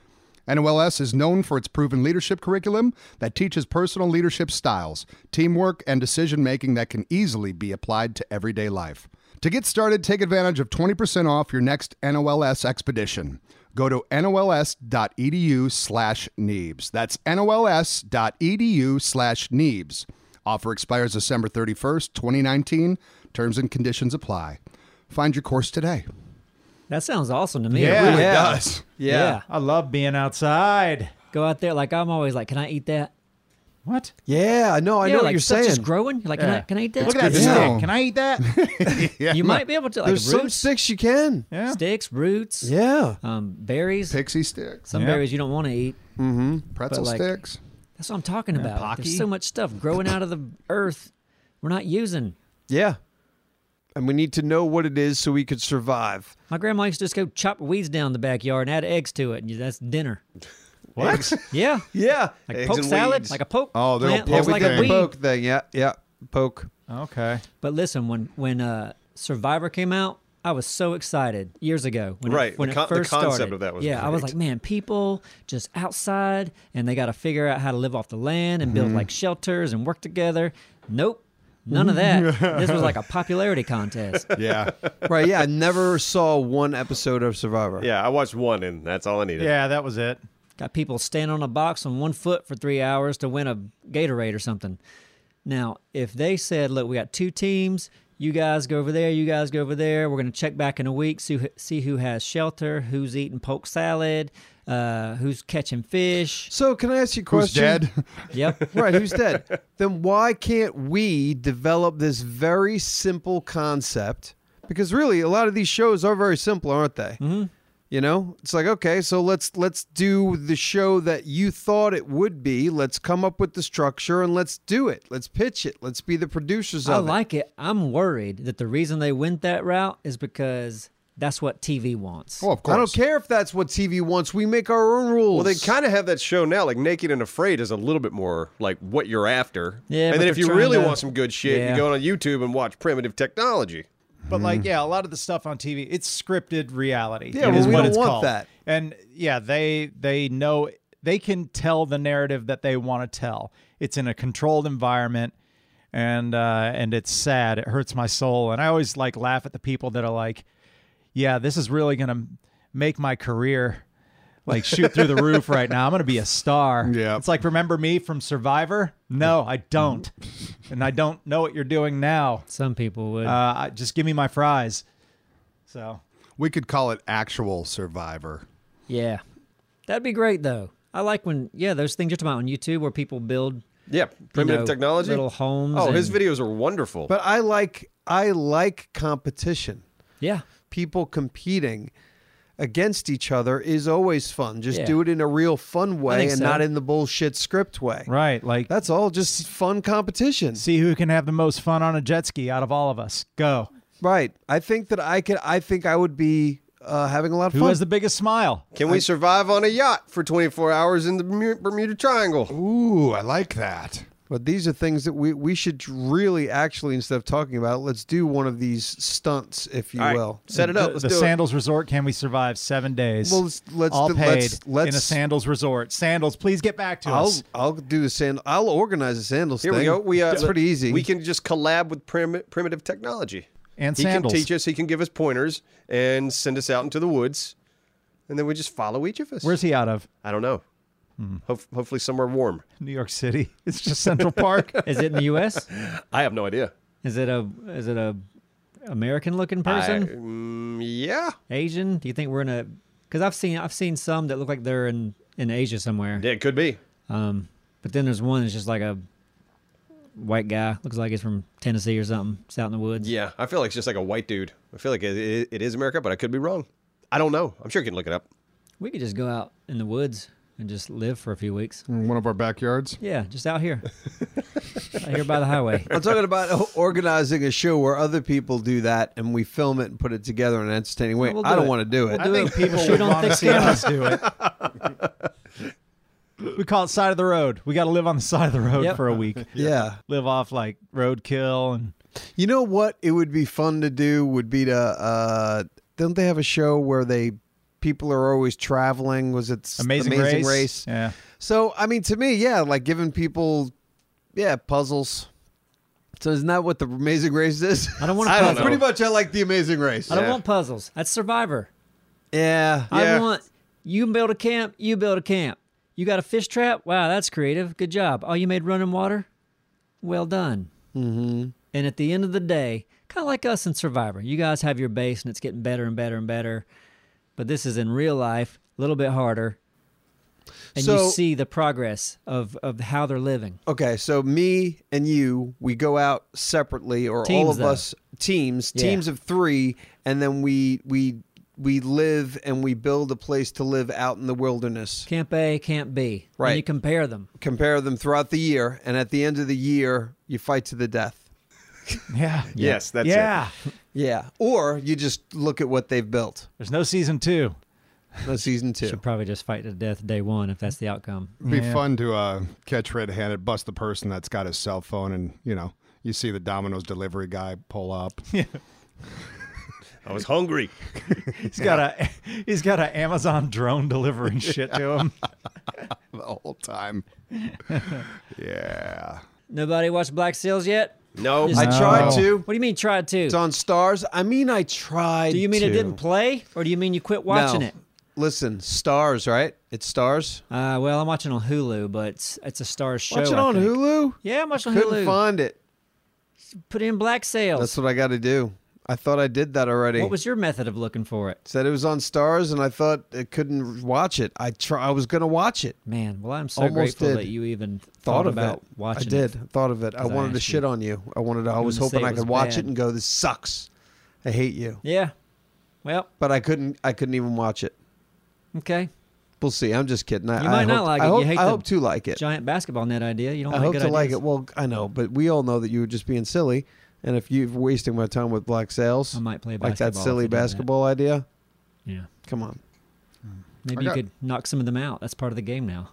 E: NOLS is known for its proven leadership curriculum that teaches personal leadership styles, teamwork, and decision making that can easily be applied to everyday life. To get started, take advantage of 20% off your next NOLS expedition. Go to nols.edu E slash E Neebs. That's nols.edu E slash E Neebs. Offer expires December 31st, 2019. Terms and conditions apply. Find your course today.
D: That sounds awesome to me.
C: Yeah.
D: Really-
A: Yeah.
E: does.
A: Yeah.
C: I love being outside.
D: Go out there. Like, I'm always like, can I eat that?
C: What?
A: Yeah, I know. I
D: yeah,
A: know
D: like
A: what you're
D: stuff's
A: saying.
D: just growing. You're like, can, I,
C: Yeah.
D: can I eat that?
C: Look at that
E: good to
C: stick.
E: know.
C: Can I eat that?
D: You might be able to. Like,
A: There's some
D: roots,
A: sticks you can.
C: yeah.
D: sticks, roots,
A: Yeah.
D: um, berries.
E: Pixie sticks,
D: Some
C: Yeah.
D: berries you don't want to eat.
E: pretzel
D: But, like,
E: sticks.
D: That's what I'm talking about. Like,
C: Pocky.
D: There's so much stuff growing out of the earth we're not using.
A: Yeah. And we need to know what it is so we could survive.
D: My grandma used to just go chop weeds down in the backyard and add eggs to it, and that's dinner.
B: What?
D: Yeah.
A: Yeah.
D: Like
B: Eggs
D: poke
B: and
D: salad,
B: weeds.
D: like a poke.
E: Oh, the
D: plant
E: old
D: looks
E: poke
D: like
E: thing.
D: a weed.
A: Poke thing. Yeah. Yeah. Poke.
C: Okay.
D: But listen, when when uh, Survivor came out, I was so excited years ago. When
B: Right,
D: It, when
B: the con-
D: it
B: the
D: first
B: concept
D: started.
B: of that was
D: yeah. I was
B: great.
D: like, man, people just outside, and they got to figure out how to live off the land and build
B: Mm-hmm.
D: like shelters and work together. Nope. None of that. this was like a popularity contest.
E: Yeah.
A: Right. Yeah. I never saw one episode of Survivor.
B: yeah, I watched one and that's all I needed.
C: Yeah, that was it.
D: Got people standing on a box on one foot for three hours to win a Gatorade or something. Now, if they said, look, we got two teams, you guys go over there, you guys go over there, we're going to check back in a week, see, see who has shelter, who's eating poke salad, uh, who's catching fish.
A: So can I ask you a
E: Who's
A: question?
E: dead?
D: Yep.
A: right, who's dead? Then why can't we develop this very simple concept? Because really, a lot of these shows are very simple, aren't they? Mm-hmm. You know, it's like okay, so let's let's do the show that you thought it would be. Let's come up with the structure and let's do it. Let's pitch it. Let's be the producers
D: I
A: of it.
D: like it. I'm worried that the reason they went that route is because that's what TV wants.
E: Oh, of course.
A: I don't care if that's what TV wants. We make our own rules.
B: Well, they kind of have that show now. Like Naked and Afraid is a little bit more like what you're after.
D: Yeah,
B: And
D: but
B: then
D: they're
B: if you
D: trying
B: really
D: to-
B: want some good shit,
D: Yeah.
B: you go on YouTube and watch Primitive Technology.
C: But like, yeah, a lot of the stuff on TV, it's scripted reality.
A: Mm-hmm. Yeah,
C: it
A: well,
C: is
A: we
C: what
A: don't
C: it's
A: want
C: called.
A: that.
C: And yeah, they they know they can tell the narrative that they want to tell. It's in a controlled environment, and uh, and it's sad. It hurts my soul. And I always like laugh at the people that are like, "Yeah, this is really gonna make my career." Like shoot through the roof right now. I'm gonna be a star.
E: Yeah.
C: It's like remember me from Survivor? No, I don't, and I don't know what you're doing now.
D: Some people would.
C: Uh, I- just give me my fries. So
E: We could call it actual survivor.
D: yeah. That'd be great, though. I like when, yeah, those things you're talking about on YouTube where people build
B: Yeah, Primitive
D: know,
B: Technology.
D: little homes
B: Oh, his
D: and-
B: videos are wonderful.
A: but I like I like competition.
D: Yeah.
A: people competing against each other is always fun. Just
D: Yeah.
A: do it in a real fun way
D: think
A: and
D: so.
A: not in the bullshit script way.
C: right, like
A: That's all just fun competition.
C: see who can have the most fun on a jet ski out of all of us. Go.
A: Right. I think that I could I think I would be uh, having a lot of
C: Who
A: fun.
C: has the biggest smile?
B: Can we survive on a yacht for 24 hours in the Bermu- Bermuda Triangle?
E: Ooh, I like that.
A: But these are things that we, we should really actually instead of talking about, let's do one of these stunts, if you
B: All right,
A: will.
B: set it up.
C: the
B: Let's
C: the
B: do it.
C: Sandals Resort. Can we survive seven days?
A: Well, let's- let's
C: all
A: do-
C: paid
A: let's-
C: in a
A: let's-
C: Sandals Resort. Sandals, please get back to
A: I'll
C: us.
A: I'll do the sandal. I'll organize the sandals.
B: Here we
A: thing.
B: go. We uh,
A: it's pretty easy.
B: We can just collab with prim- primitive technology.
C: And
B: he
C: sandals.
B: can teach us. He can give us pointers and send us out into the woods, and then we just follow each of us.
C: Where's he out of?
B: I don't know. Hof- hopefully somewhere warm.
C: New York City. It's just Central Park.
D: Is it in the U.S.?
B: I have no idea.
D: Is it a is it a American looking
B: I-
D: person?
B: mm, yeah,
D: Asian? Do you think we're in a? Because I've seen I've seen some that look like they're in in Asia somewhere.
B: yeah, it could be.
D: Um, but then there's one that's just like a white guy. Looks like he's from Tennessee or something. It's out in the woods.
B: Yeah, I feel like it's just like a white dude. I feel like it, it, it is America, but I could be wrong. I don't know. I'm sure you can look it up.
D: We could just go out in the woods and just live for a few weeks.
E: In one of our backyards.
D: Yeah, just out here, out here by the highway.
A: I'm talking about o- organizing a show where other people do that and we film it and put it together in an entertaining way.
D: We'll do
A: I don't
D: it.
A: want to do it.
C: I think people
D: Shoot
C: would
D: on
C: want to
D: thick
C: see us do it. We call it side of the road. We got to live on the side of the road
D: Yep.
C: for a week.
A: yeah.
C: Live off like roadkill and
A: You know what? It would be fun to do. Would be to uh, don't they have a show where they people are always traveling? Was it s-
C: amazing,
A: amazing
C: race.
A: race?
C: Yeah.
A: So I mean, to me, yeah, like giving people, yeah, puzzles. So isn't that what the Amazing Race is?
D: I don't want a
B: I don't
D: puzzle.
B: know.
A: Pretty much, I like the Amazing Race.
D: I don't
B: Yeah.
D: want puzzles. That's Survivor.
A: yeah,
B: Yeah.
D: I want you can build a camp. You build a camp. You got a fish trap. Wow, that's creative. Good job. Oh, you made running water. Well done. Mm-hmm. And at the end of the day, kind of like us in Survivor, you guys have your base and it's getting better and better and better. But this is in real life, a little bit harder. And
A: So-
D: you see the progress of, of how they're living.
A: Okay, so me and you, we go out separately, or all
D: Teams,
A: of
D: though.
A: us teams,
D: Yeah.
A: teams of three, and then we we we live and we build a place to live out in the wilderness.
D: Camp A, Camp B.
A: Right.
D: And you compare them.
A: Compare them throughout the year, and at the end of the year, you fight to the death.
C: Yeah.
B: Yes, that's
C: yeah.
A: Yeah, or you just look at what they've built.
C: There's no season two.
A: That's season two.
D: Should probably just fight to death day one if that's the outcome.
E: It'd be
C: Yeah.
E: fun to uh, catch red-handed, bust the person that's got his cell phone, and you know, you see the Domino's delivery guy pull up.
B: it. I was hungry.
C: He's got a he's got an Amazon drone delivering shit to him.
E: the whole time. yeah.
D: Nobody watched Black Seals yet?
B: No,
D: Just-
A: I tried
C: No.
A: to.
D: What do you mean try to?
A: It's on stars. I mean, I tried.
D: Do you mean it
A: to.
D: didn't play, or do you mean you quit watching
A: No.
D: it?
A: Listen, stars, right? It's stars.
D: Uh, well, I'm watching on Hulu, but it's, it's a star show.
A: Watch it
D: I
A: on
D: think.
A: Hulu.
D: Yeah, I'm watching on
A: Couldn't
D: Hulu.
A: find it.
D: Put in Black
A: That's
D: Sales.
A: what I got to do. I thought I did that already.
D: What was your method of looking for it?
A: Said it was on Stars, and I thought I couldn't watch it. I try. I was gonna watch it.
D: Man, well, I'm so
A: Almost
D: grateful
A: did.
D: that you even
A: Thought,
D: thought,
A: of
D: about
A: it.
D: watching
A: I
D: it.
A: did. Thought of it. I
D: 'Cause I
A: wanted to
D: asked
A: shit
D: you.
A: on you. I wanted. To, I was
D: wanted to
A: hoping
D: say it
A: I
D: was
A: could watch it
D: bad.
A: and go, "This sucks. I hate you."
D: Yeah. Well,
A: But I couldn't. I couldn't even watch it.
D: okay.
A: We'll see. I'm just kidding. I,
D: You might
A: I
D: not
A: hope,
D: like
A: I
D: it. You
A: hope,
D: hate
A: I
D: the
A: hope to like it.
D: Giant basketball net idea. You don't
A: I
D: like
A: hope to
D: good
A: like
D: ideas.
A: it. Well, I know, but we all know that you were just being silly. And if you're wasting my time with black sales,
D: I might play
A: like that
D: basketball if
A: silly
D: I do that.
A: basketball idea.
D: Yeah.
A: Come on.
D: Maybe
E: I
D: you
E: got-
D: could knock some of them out. That's part of the game now.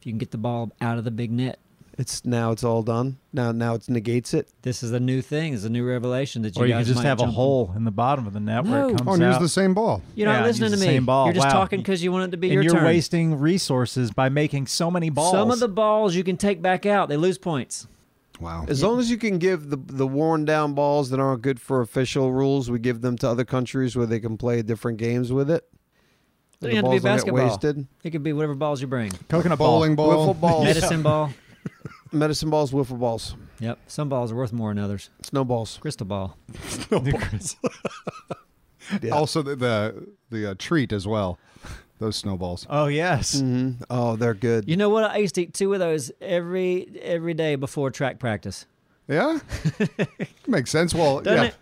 D: If you can get the ball out of the big net.
A: It's now. It's all done. Now. Now it negates it.
D: This is a new thing. It's a new revelation that you
C: or you
D: guys
C: can just
D: might
C: have a
D: jump on.
C: hole in the bottom of the net where it
D: No.
C: comes
E: Oh, and use
C: out.
E: the same ball.
D: You're
C: Yeah,
D: not listening to
C: use the
D: me.
C: same ball.
D: You're just
C: Wow.
D: talking because you want it to be
C: and
D: your
C: you're
D: turn.
C: wasting resources by making so many balls.
D: Some of the balls you can take back out. They lose points.
E: Wow.
A: As long as you can give the the worn down balls that aren't good for official rules, we give them to other countries where they can play different games with it.
D: It
A: the
D: doesn't have
A: balls don't
D: to be
A: get
D: basketball.
A: wasted.
D: It could be whatever balls you bring.
C: coconut
E: Bowling ball.
A: Wiffle balls,
D: Medicine ball.
A: medicine balls, wiffle balls,
D: Yep. Some balls are worth more than others.
A: snow balls.
D: Crystal ball.
A: Yeah.
E: Also, the the, the uh, treat as well. Those snowballs.
C: Oh yes.
A: Mhm. Oh, they're good.
D: You know what? I used to eat two of those every every day before track practice.
E: Yeah. Makes sense. Well,
D: Doesn't
E: yeah.
D: it?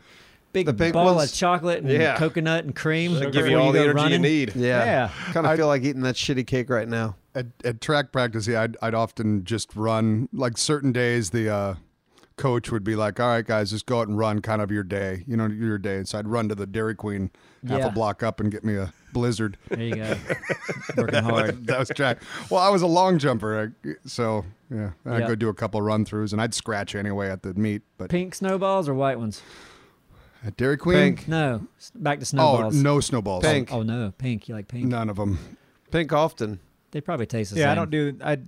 D: Big
A: The pink
D: ball
A: ones?
D: of chocolate and
B: Yeah.
D: coconut and cream.
B: They
D: before
B: give you all the
D: go
B: energy
D: running.
B: you need.
A: yeah.
C: Yeah.
A: Kind of feel like eating that shitty cake right now.
E: At, at track practice, yeah, I'd, I'd often just run. Like certain days, the uh, coach would be like, "All right, guys, just go out and run, kind of your day, you know, your day." And so I'd run to the Dairy Queen half
D: Yeah.
E: a block up and get me a Blizzard.
D: There you go. Working hard.
E: that was track. Well, I was a long jumper, I- so yeah, I'd
D: Yeah.
E: go do a couple run throughs, and I'd scratch anyway at the meet. But
D: Pink snowballs or white ones?
E: at Dairy Queen,
A: Pink.
D: No. S- Back
E: oh
D: to snowballs.
E: no snowballs,
A: Pink.
D: Oh no, pink. You like pink?
E: none of them.
A: Pink often.
D: They probably taste the
C: yeah,
D: same.
C: I don't do. I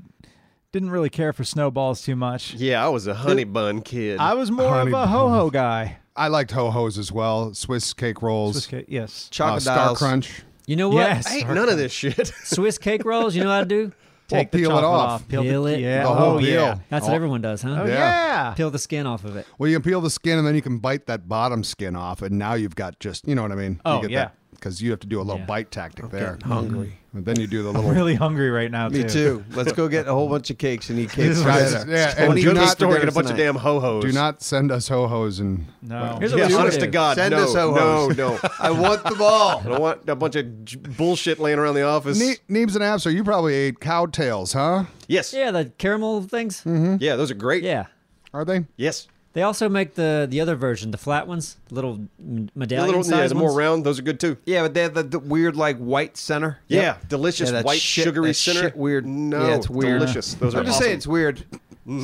C: didn't really care for snowballs too much.
B: Yeah, I was a honey bun kid.
C: I was more
E: Honey
C: of a ho ho guy.
E: I liked ho hos as well, Swiss cake rolls,
C: Just ki- Yes.
E: uh,
A: Chocodiles.
E: Star Crunch.
D: You know what?
C: Yes.
B: I ate none of this shit.
D: Swiss cake rolls. You know what I do?
C: Take the
E: peel it
C: chocolate
E: off.
C: Peel,
D: Peel
C: the,
D: it.
C: Yeah.
E: The whole
C: oh, yeah.
E: peel.
D: That's
E: Oh.
D: what everyone does, huh?
C: Oh
E: Yeah.
C: yeah.
D: Peel the skin off of it.
E: Well, you can peel the skin, and then you can bite that bottom skin off, and now you've got just you know what I mean.
C: Oh,
E: you get
C: yeah.
E: Because you have to do a little
D: Yeah.
E: bite tactic there. Mm-hmm.
A: hungry.
E: And then you do the little.
C: I'm really hungry right now.
A: Me too. Let's go get a whole bunch of cakes and eat cakes.
C: This is
A: for
C: what I
A: dinner.
E: said. Yeah,
A: I
E: and
A: need
E: do
A: cookies
B: Good
A: for
E: not-
B: store and
A: dinner
B: a bunch of
A: tonight.
B: damn ho hos.
E: Do not send us ho hos and
C: No.
D: Here's a
B: Yeah,
D: we should
B: honest
D: do.
B: to God,
A: Send
B: no,
A: us ho-hos.
B: no, no.
A: I want them all.
B: I don't want a bunch of j- bullshit laying around the office.
E: Ne- Neebs and Absar, you probably ate cowtails, huh?
B: Yes. Yeah.
D: Yeah, the caramel things.
B: those are great.
D: Yeah.
E: Are they?
B: Yes.
D: They also make the the other version, the flat ones, the little m-
B: The
D: medallion
B: little, yeah,
D: size
B: the
D: ones.
B: more round, those are good too.
A: Yeah, but they have the, the weird like white center.
B: Yeah, delicious
A: Yeah, that
B: white
A: shit-
B: sugary
A: that
B: center.
A: shit weird-
B: No,
A: yeah, it's weird.
B: Delicious. Those
A: I'm
B: are
A: just
B: awesome.
A: saying it's weird.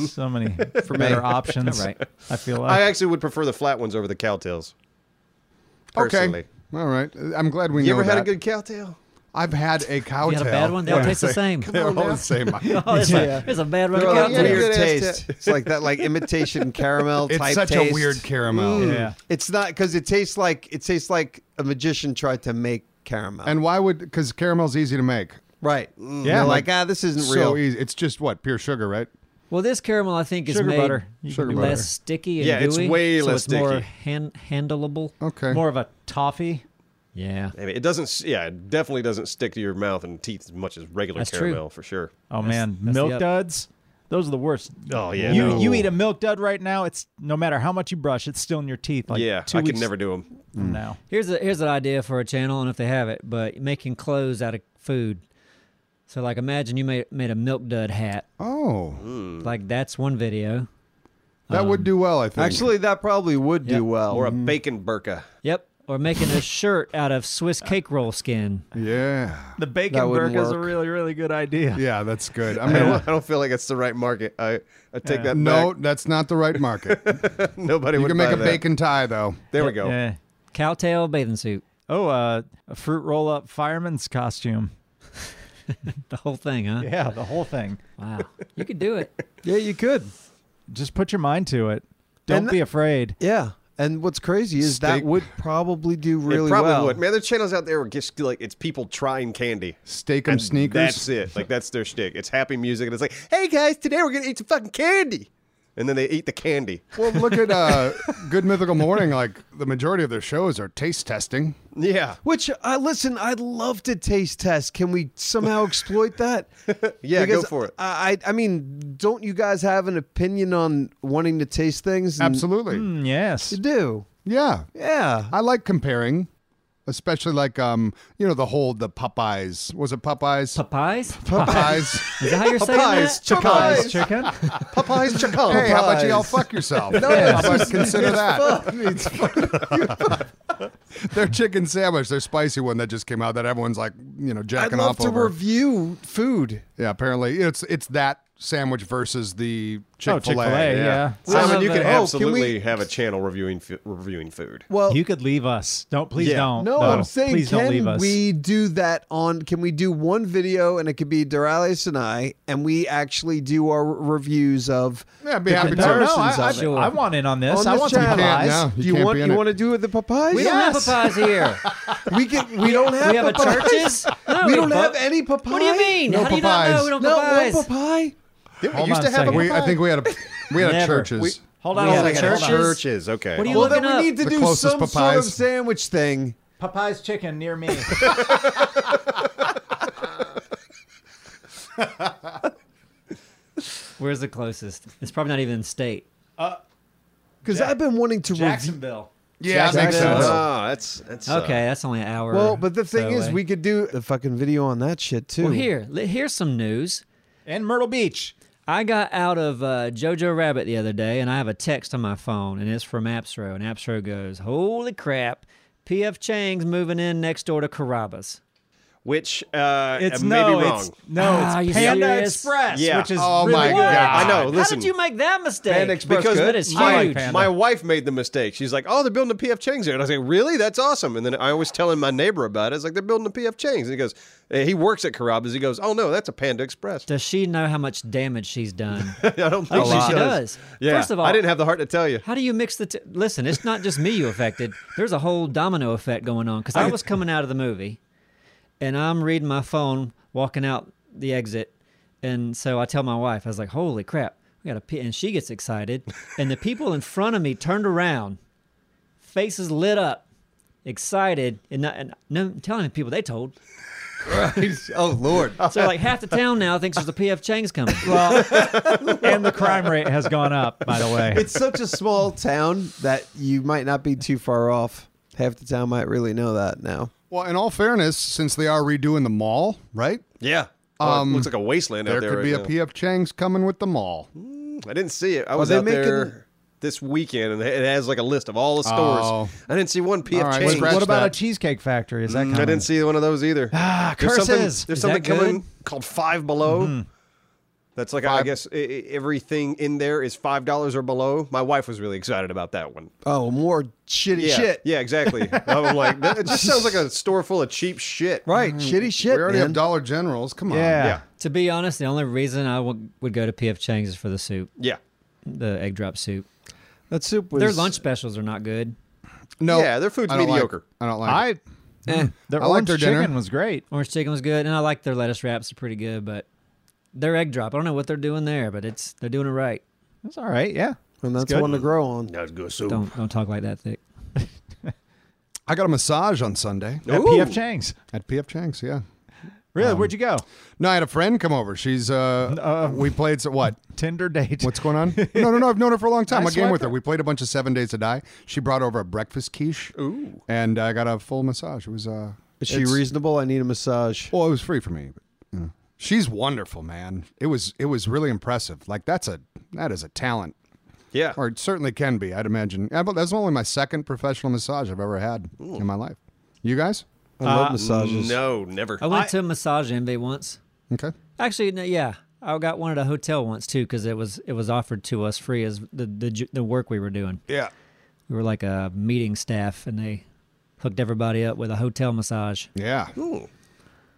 C: So many better options.
D: Right.
C: I
B: I
C: feel like.
B: actually would prefer the flat ones over the cowtails. Personally.
E: Okay. All right. I'm glad we
B: You
E: know
B: ever had a
E: that.
B: good cowtail?
E: I've had a cowtail.
D: You had a bad one. They all taste the same.
E: They're all the same.
D: Oh, it's, a,
C: Yeah.
D: it's a bad run.
A: They're all like
D: of
B: Yeah,
D: cocktails.
A: weird
B: yeah, yeah.
A: taste. It's like that like imitation caramel
E: it's
A: type
E: such a
A: taste. Mm.
E: weird caramel.
C: yeah.
A: It's not because it tastes like it tastes like a magician tried to make caramel.
E: And why would? Because caramel's easy to make.
A: right.
C: Yeah,
A: They're like ah, this isn't
E: So
A: real.
E: easy. It's just what pure sugar, right?
D: Well, this caramel I think is
C: Sugar
D: made
C: butter. You
E: Sugar
C: can do
E: butter.
D: less sticky and
B: Yeah, it's
D: gooey,
B: way
D: so
B: less
D: it's more
B: sticky.
D: hand handleable.
E: Okay.
C: More of a toffee.
D: Yeah.
B: I mean, it doesn't. s- Yeah, it definitely doesn't stick to your mouth and teeth as much as regular
D: That's true.
B: caramel for sure.
C: Oh man,
D: that's the
C: milk
D: up.
C: duds. Those are the worst.
B: Oh yeah,
C: you
B: no.
C: you eat a milk dud right now. It's no matter how much you brush, it's still in your teeth. Like
B: yeah,
C: two
B: I could
C: weeks
B: never do them.
C: from now.
D: Here's a here's an idea for a channel, and if they have it, but making clothes out of food. So like, imagine you made made a milk dud hat.
E: Oh,
A: Mm.
D: Like that's one video.
E: that
D: Mm.
E: would do well, I think.
A: Actually, that probably would
D: Yeah.
A: do well.
B: Or a bacon burqa.
D: Yep. Or making a shirt out of
A: Uh.
D: Swiss cake roll skin.
E: yeah,
C: The bacon
A: That wouldn't
C: burger is a
A: work.
C: really really good idea.
E: yeah, that's good. I
B: I,
E: mean,
B: don't, I don't feel like it's the right market. I, I take that
E: no,
B: back.
E: that's not the right market.
B: Nobody
E: you
B: would
E: can make
B: buy
E: a
B: that.
E: bacon tie though.
B: There we go.
C: Yeah.
D: Cowtail bathing suit.
C: Oh, uh, a fruit roll up fireman's costume.
D: The whole thing, huh?
C: Yeah, the whole thing.
D: Wow. You could do it.
A: yeah, you could.
C: Just put your mind to it. Don't
A: And
C: be afraid.
A: Yeah. And what's crazy is that
E: Steak-
A: would probably do
B: It
A: really
B: probably
A: well.
B: would. Man, there's channels out there where just like it's people trying candy.
E: Steak and sneakers.
B: That's it. Like that's their shtick. It's happy music, and it's like, hey guys, today we're gonna eat some fucking candy, and then they eat the candy.
E: Well, look at uh, Good Mythical Morning. Like the majority of their shows are taste testing.
B: Yeah,
A: Which uh, listen, I'd love to taste test. Can we somehow exploit that?
B: yeah,
A: Because
B: go for it.
A: I, I I mean, don't you guys have an opinion on wanting to taste things? And
E: Absolutely.
C: Mm, yes.
A: You do.
E: Yeah.
A: Yeah.
E: I like comparing, especially like um, you know, the whole the Popeyes. Was it Popeyes?
D: Papayas?
E: Popeyes.
D: Is that how you're saying
B: Papayas,
D: that?
B: chicas.
C: Nice Oh, chicken.
B: Popeyes Chicago.
E: hey, how about you all
A: Popeyes.
E: fuck yourself? no, how about consider that? their chicken sandwich, their spicy one that just came out that everyone's like, you know,
A: I'd
E: jacking
A: love
E: off
A: to
E: over.
A: review food.
E: yeah, apparently it's it's that sandwich versus the
C: Oh,
E: Chick
C: Chick
E: Fil
C: Fil
E: A.
C: A. Yeah.
B: Simon,
D: have
B: you
D: a-
B: can
D: Oh, can
B: absolutely
A: we-
B: have a channel reviewing fu- reviewing food.
A: Well,
C: You could leave us. Don't please
B: Yeah.
C: don't.
A: no, I'm saying
C: please
A: can
C: don't leave us.
A: we do that on? Can we do one video and it could be Durales and I, and we actually do our reviews of
E: Yeah, I'd be
A: the
E: happy to.
C: no, no,
A: comparisons
C: I,
A: of
C: I,
A: it.
D: Sure.
C: I want in on this.
A: On
C: I
A: this
C: want
A: channel.
C: some
A: You
E: can't
C: pies.
E: now. You
A: Do you
E: can't
A: want
E: be
A: you
E: in it.
A: want to do it with the Popeyes?
D: We don't
C: Yes.
D: have papayas here.
A: We can. We don't have.
D: we have a
A: Popeyes.
D: churches? No,
A: We don't
D: but-
A: have any Popeyes.
D: What do you mean?
E: No
D: how do you not
E: Popeyes.
D: know we don't
A: No,
D: have
A: one
D: papayas?
A: Popeye.
B: Didn't
C: Hold
B: we used to
C: on a
B: have a
C: second.
E: We, I think we had a we had a
D: Never.
E: churches.
B: We-
C: Hold
D: We
C: on
D: have
C: a
D: a
C: second.
D: church.
C: Hold on.
B: churches. Okay.
D: What do you
A: Well,
D: looking
A: then we
D: up?
A: need to
E: The
A: do
E: closest
A: some sort of
E: Popeyes.
A: sandwich thing.
C: Popeye's chicken near me.
D: Where's the closest? It's probably not even in state.
A: Because
C: Jack-
A: I've been wanting to review.
C: Jacksonville.
E: yeah, that
A: Jack-
E: makes
A: Jacksonville.
E: sense.
B: Ah, that's that's uh,
D: Okay, that's only an hour.
A: Well, but the thing
D: so
A: is,
D: away.
A: we could do the fucking video on that shit too.
D: Well, here, li- here's some news.
C: And Myrtle Beach.
D: I got out of uh, Jojo Rabbit the other day, and I have a text on my phone, and it's from Absro, and Absro goes, "Holy crap, P.F. Chang's moving in next door to Carrabba's."
B: which uh,
C: It's
B: may
C: no,
B: be wrong.
C: it's no,
D: Ah, you
C: it's Panda
D: serious?
C: Express,
B: Yeah.
C: which is
E: Oh
C: really
E: my
C: good.
E: God.
B: I know.
D: How
B: listen.
D: did you make that mistake?
A: Panda Express
B: because
A: good?
D: that is huge.
B: my,
C: like Panda.
B: my wife made the mistake. She's like, "Oh, they're building a PF Chang's there," and I was like, "Really? That's awesome!" And then I was telling my neighbor about it. It's like they're building a PF Chang's, and he goes, eh, "He works at Carrabba's." He goes, "Oh no, that's a Panda Express."
D: Does she know how much damage she's done?
B: I don't think
D: I
B: she
D: think
B: does.
D: she does.
B: Yeah,
D: First of all,
B: I didn't have the heart to tell you.
D: How do you mix the two? Listen, it's not just me you affected. There's a whole domino effect going on because I was coming out of the movie, and I'm reading my phone, walking out the exit, and so I tell my wife, I was like, "Holy crap, we got a," pee," and she gets excited, and the people in front of me turned around, faces lit up, excited, and, not, and no telling people they told.
A: oh Lord.
D: So like half the town now thinks there's a PF Chang's coming.
C: Well, and the crime rate has gone up, by the way.
A: it's such a small town that you might not be too far off. Half the town might really know that now.
E: Well, in all fairness, since they are redoing the mall, right?
B: Yeah, Well, it looks like a wasteland
E: Um, There
B: out there.
E: could
B: right
E: be
B: now.
E: a PF Chang's coming with the mall.
B: I didn't see it. I was
A: they
B: out
A: making-
B: there this weekend, and it has like a list of all the stores.
E: Oh.
B: I didn't see one PF
E: All right,
B: Chang's.
E: scratch
C: what about
E: that.
C: a cheesecake factory? Is that
B: Mm,
C: coming?
B: I didn't see one of those either.
C: Ah,
B: There's something,
C: curses.
B: there's
D: Is
B: something
D: that good?
B: coming called Five Below. That's like I guess i- i- everything in there is five dollars or below. My wife was really excited about that one.
A: Oh, more shitty
B: Yeah,
A: shit.
B: yeah, exactly. I'm like, that, it just sounds like a store full of cheap shit.
A: Right, shitty shit.
E: We already
A: man.
E: have Dollar Generals. Come on.
C: Yeah.
B: Yeah,
D: to be honest, the only reason I w- would go to PF Chang's is for the soup,
B: yeah,
D: the egg drop soup.
A: that soup was
D: Their lunch specials are not good.
E: No.
B: yeah. Their food's
E: I don't like-
B: mediocre.
E: I don't like. it.
C: I mm, the
E: I like
C: orange
E: their dinner.
C: chicken was great.
D: Orange chicken was good, and I like their lettuce wraps are pretty good, but their egg drop, I don't know what they're doing there, but it's they're doing it right.
C: It's all right. Yeah.
A: and
C: It's
A: that's
C: good.
A: one to grow on.
B: That's good soup.
D: Don't don't talk like that thick.
E: I got a massage on Sunday
C: At PF Chang's.
E: at PF Chang's. Yeah.
C: Really?
E: Um,
C: Where'd you go?
E: No, I had a friend come over. She's uh, we played so what?
C: Tinder date.
E: What's going on? No, no, no. I've known her for a long time.
C: I
E: I, game with
C: swipe
E: her.
C: her.
E: We played a bunch of Seven Days to Die. She brought over a breakfast quiche. Ooh. And I got a full massage. It was uh,
A: Is she
E: it's-
A: reasonable? I need a massage.
E: Well, it was free for me. But, you know. She's wonderful, man. It was it was really impressive. Like that's a that is a talent,
B: Yeah,
E: or it certainly can be. I'd imagine. Yeah, but That's only my second professional massage I've ever had in my life. You guys?
A: I
D: Uh,
A: love massages.
B: no, never.
D: I went to a massage envy once.
E: Okay.
D: Actually, no, yeah, I got one at a hotel once too because it was it was offered to us free as the the ju- the work we were doing.
E: Yeah.
D: We were like a meeting staff, and they hooked everybody up with a hotel massage.
E: Yeah.
B: Ooh.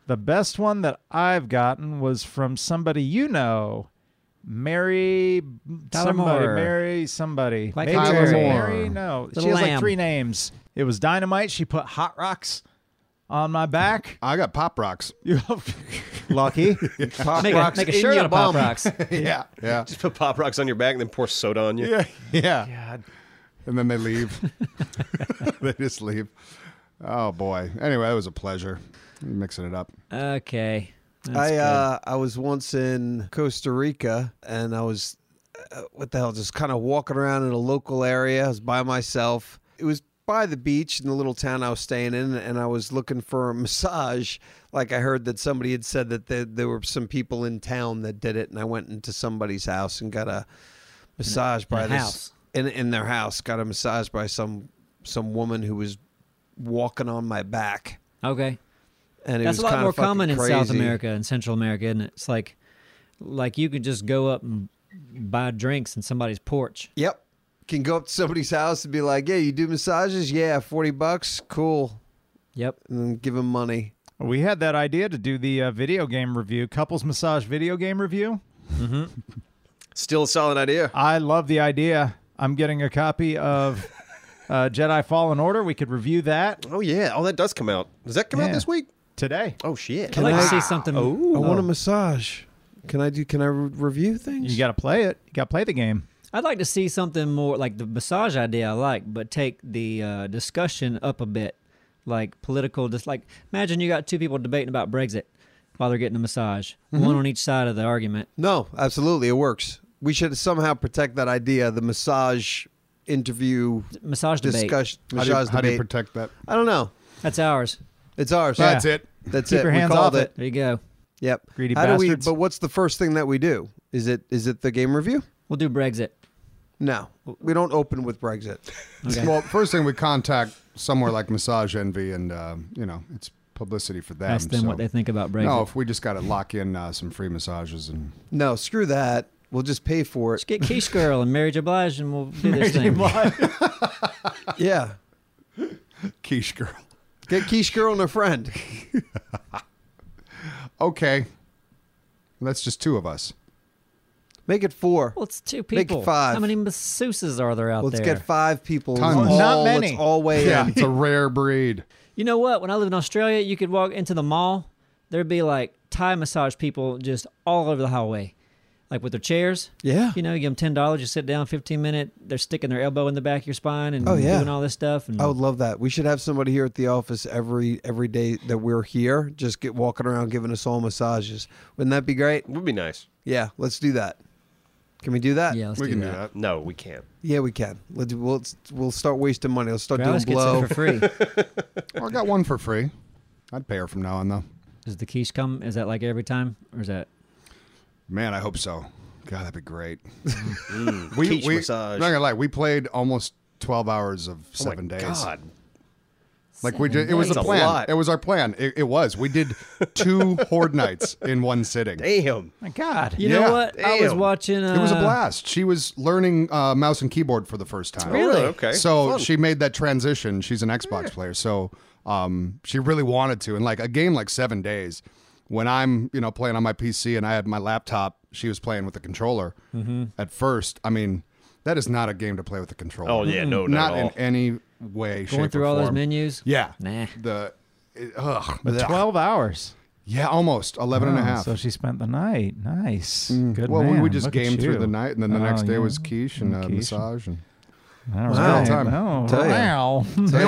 C: The best one that I've gotten was from somebody you know, Mary
D: Tyler
C: somebody,
D: Moore.
C: Mary somebody.
D: Like
C: Maybe
E: Tyler
C: it's
E: Moore.
C: Mary, no,
D: Little
C: she has like
D: lamb.
C: three names. It was Dynamite. She put Hot Rocks on my back.
E: I got pop rocks.
C: You lucky.
A: Pop
D: Make a,
A: rocks
D: make a
A: in
D: shirt
A: ya
D: out of Pop
A: bum.
D: Rocks.
E: yeah. Yeah.
B: Just put pop rocks on your back and then pour soda on you.
E: Yeah. Yeah.
C: God.
E: and then they leave. they just leave. Oh boy. Anyway, that was a pleasure. Mixing it up.
D: Okay. That's
A: I
D: good.
A: uh, I was once in Costa Rica and I was uh, what the hell just kind of walking around in a local area. I was by myself. It was by the beach in the little town I was staying in, and I was looking for a massage. Like I heard that somebody had said that there, there were some people in town that did it, and I went into somebody's house and got a massage by
D: a
A: this
D: house.
A: in in their house. Got a massage by some some woman who was walking on my back,
D: okay.
A: and it
D: That's
A: was
D: a lot
A: kinda
D: more
A: fucking
D: common in South
A: crazy.
D: America and Central America, isn't it? It's like, like you could just go up and buy drinks in somebody's porch.
A: Yep. Can go up to somebody's house and be like, "Yeah, you do massages? Yeah, forty bucks, cool."
D: Yep.
A: And then give him money.
C: We had that idea to do the uh, video game review, couples massage video game review.
B: Still a solid idea.
C: I love the idea. I'm getting a copy of uh, Jedi Fallen Order. We could review that
B: Oh yeah. Oh, that does come out. Does that come out
C: Yeah.
B: this week?
C: today.
B: Oh shit.
D: I'd like
A: I-
D: to see something.
A: I want a massage. Can I do? Can I re- review things?
C: You got to play it. You got to play the game.
D: I'd like to see something more like the massage idea I like, but take the uh, discussion up a bit, like political. Just like imagine you got two people debating about Brexit while they're getting a massage,
A: Mm-hmm.
D: one on each side of the argument.
A: no, absolutely, it works. We should somehow protect that idea. The massage interview
D: Massage debate.
A: discussion.
E: How
A: Massage
E: do, you, how do you
A: debate.
E: protect that?
A: I don't know.
D: That's ours.
A: It's ours.
C: Yeah.
E: That's it.
A: That's
C: Keep
A: it.
C: your hands
A: we called
C: off
A: it.
D: There you go.
A: Yep.
C: Greedy
A: How do we?
C: bastards.
A: But what's the first thing that we do? Is it? Is it the game review?
D: We'll do Brexit.
A: No, we don't open with Brexit.
D: Okay.
E: Well, first thing we contact somewhere like Massage Envy, and uh, you know it's publicity for them.
D: Ask them what
E: so-
D: they think about Brexit.
E: No, if we just got to lock in uh, some free massages and
A: No, screw that. We'll just pay for it.
D: Just get Quiche Girl and Mary J. Blige, and we'll do this thing.
A: Yeah.
E: quiche girl.
A: Get Quiche Girl and a friend.
E: Okay, that's just two of us.
A: Make it four.
D: Well, it's two
A: Make it
D: people.
A: five.
D: How many masseuses are there out
A: Let's
D: there?
A: get five people.
E: Tons.
A: Let's
C: Not
A: all-
C: many.
A: Let's all weigh
E: Yeah,
A: in.
E: it's a rare breed.
D: you know what? When I lived in Australia, you could walk into the mall. There'd be like Thai massage people just all over the highway, like with their chairs.
A: Yeah.
D: You know, you give them ten dollars, you sit down, fifteen minute. They're sticking their elbow in the back of your spine and
A: Oh, yeah.
D: doing all this stuff. And
A: I would love that. We should have somebody here at the office every every day that we're here, just get walking around giving us all massages. Wouldn't that be great?
B: Would be nice.
A: Yeah, let's do that. Can we do that?
D: yeah, let's
E: we
D: do
E: can
D: that.
E: do that.
B: No, we can't.
A: Yeah, we can. Let's, we'll we'll start wasting money. Let's start
D: Dallas
A: doing
D: gets
A: blow.
D: it for free.
E: Well, I got one for free. I'd pay her from now on though.
D: Does the quiche come? Is that like every time, or is that?
E: Man, I hope so. God, that'd be great.
B: Quiche
E: we,
B: Mm-hmm. massage.
E: Not gonna lie, we played almost twelve hours of seven
B: oh my
E: days.
B: God.
E: Like we did, it was
B: That's
E: a
B: a
E: plan.
B: lot.
E: It was our plan. It, it was. We did two horde nights in one sitting.
B: Damn.
C: My God.
D: You
E: Yeah.
D: know what? I was
B: Damn.
D: watching. Uh,
E: It was a blast. She was learning uh, mouse and keyboard for the first time.
D: Really?
B: Okay.
E: So
B: Fun.
E: she made that transition. She's an Xbox player, so um, she really wanted to. And like a game like Seven Days, when I'm you know playing on my PC and I had my laptop, she was playing with the controller.
C: Mm-hmm.
E: At first, I mean, that is not a game to play with the controller.
B: Oh yeah, no,
E: not
B: not at
E: in
B: all.
E: any way. shape,
D: Going
E: or
D: through all those
E: form.
D: menus.
E: Yeah.
D: Nah.
E: The it, ugh,
C: But
E: Ugh.
C: twelve hours.
E: Yeah, almost 11 and a
C: Wow,
E: half. Mm.
C: So she spent the night. Nice. Good
E: well, we-
C: man.
E: we just
C: Look at
E: game through
C: you.
E: the night, and then the
C: Oh,
E: next day
C: yeah.
E: was quiche and
C: Quiche
E: uh,
C: and-
E: massage. And...
C: All
E: was a good
C: right.
E: time.
C: Oh,
A: Tell ya.
C: wow.
E: ya. It
C: Wow,
E: was-
C: I don't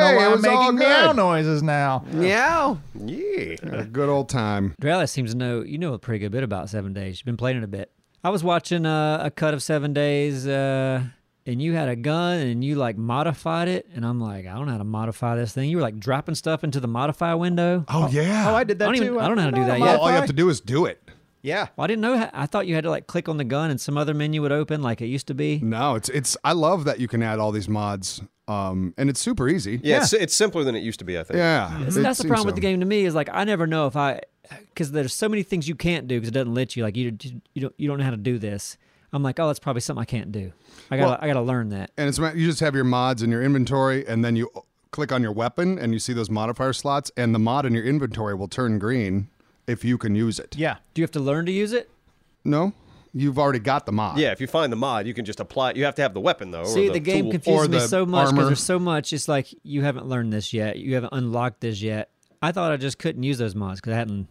E: hey,
C: know why
E: it
C: I'm
E: was all
C: making meow
E: good.
C: noises now.
A: Meow.
B: Yeah.
E: A good old time.
D: Dallas seems to know you know a pretty good bit about Seven Days. You've been playing it a bit. I was watching uh, a cut of Seven Days, uh, and you had a gun and you like modified it, and I'm like, I don't know how to modify this thing. You were like dropping stuff into the modify window.
E: Oh, yeah.
C: Oh, I did that
D: I don't
C: too.
D: even- I don't know how to do that
E: Well,
D: yeah,
E: all you
C: Oh,
E: have to do is do it.
C: Yeah.
D: Well, I didn't know. How, I thought you had to like click on the gun and some other menu would open like it used to be.
E: No, it's it's. I love that you can add all these mods, um, and it's super easy.
B: Yeah, It's, it's simpler than it used to be. I think.
E: yeah.
D: That's-
E: it
D: that's the
E: seems
D: problem with
E: so.
D: the game to me is like I never know if I because there's so many things you can't do because it doesn't let you like you you don't you don't know how to do this. I'm like, oh, that's probably something I can't do. I gotta I gotta learn that.
E: And it's you just have your mods in your inventory, and then you click on your weapon, and you see those modifier slots, and the mod in your inventory will turn green if you can use it.
C: Yeah.
D: Do you have to learn to use it?
E: No, you've already got the mod.
B: Yeah, if you find the mod, you can just apply. it. You have to have the weapon though.
D: See,
B: or
D: the,
B: the
D: game
B: tool.
E: or
D: confuses me
E: the
D: so much
E: armor.
D: because there's so much. It's like you haven't learned this yet. You haven't unlocked this yet. I thought I just couldn't use those mods because I hadn't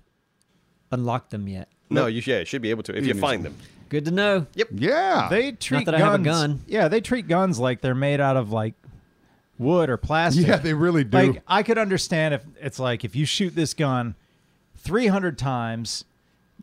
D: unlocked them yet.
B: No, you yeah, you should be able to if you find them.
D: Good to know.
E: Yeah.
C: They treat
D: that I
C: guns.
D: have a gun.
C: Yeah, they treat guns like they're made out of like wood or plastic.
E: Yeah, they really do.
C: Like I could understand if it's like if you shoot this gun 300 times,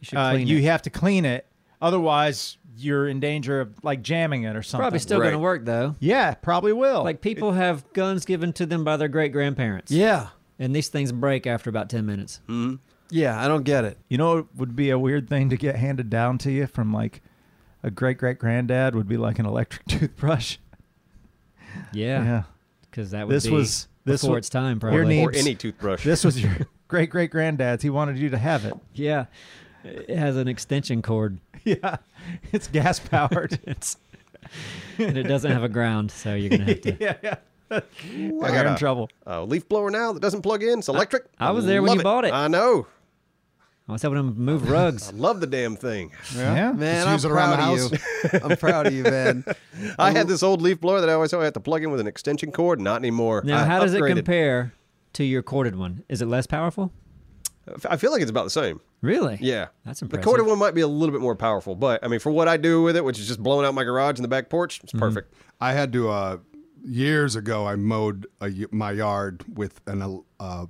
D: You should
C: you, uh,
D: clean
C: you
D: it.
C: have to clean it. Otherwise, you're in danger of like jamming it or something.
D: Probably still
B: Right.
D: gonna work though.
C: Yeah, probably will.
D: Like people have guns given to them by their great grandparents.
A: Yeah.
D: And these things break after about ten minutes.
C: Mm.
A: Yeah, I don't get it.
C: you know, it would be a weird thing to get handed down to you from like a great great granddad would be like an electric toothbrush.
D: Yeah.
C: Yeah.
D: Because that would
C: This
D: be
C: was- this
D: before
C: was-
D: its time
C: your
D: probably.
C: knee-
B: Or any toothbrush.
C: This was your great great granddad's. He wanted you to have it.
D: Yeah. It has an extension cord
C: Yeah. It's gas powered.
D: and it doesn't have a ground, so you're gonna have to
C: yeah, yeah.
B: I
C: You're
B: got
C: in
B: a
C: trouble.
B: uh, leaf blower now that doesn't plug in. It's electric.
D: I was there when
B: Love
D: you bought it.
B: I know.
D: I was helping them move rugs.
B: I love the damn thing.
C: Yeah.
A: Man,
E: Just use
A: I'm
E: it around
A: proud
E: the
A: of you. I'm proud of you, man.
B: I had this old leaf blower that I always thought I had to plug in with an extension cord. Not anymore.
D: Now,
B: I
D: how does it
B: upgraded.
D: compare to your corded one? Is it less powerful?
B: I feel like it's about the same.
D: Really?
B: Yeah,
D: That's
B: The
D: impressive.
B: corded one might be a little bit more powerful, but I mean, for what I do with it, which is just blowing out my garage and the back porch, it's perfect.
E: I had to uh, years ago. I mowed a y my yard with an uh,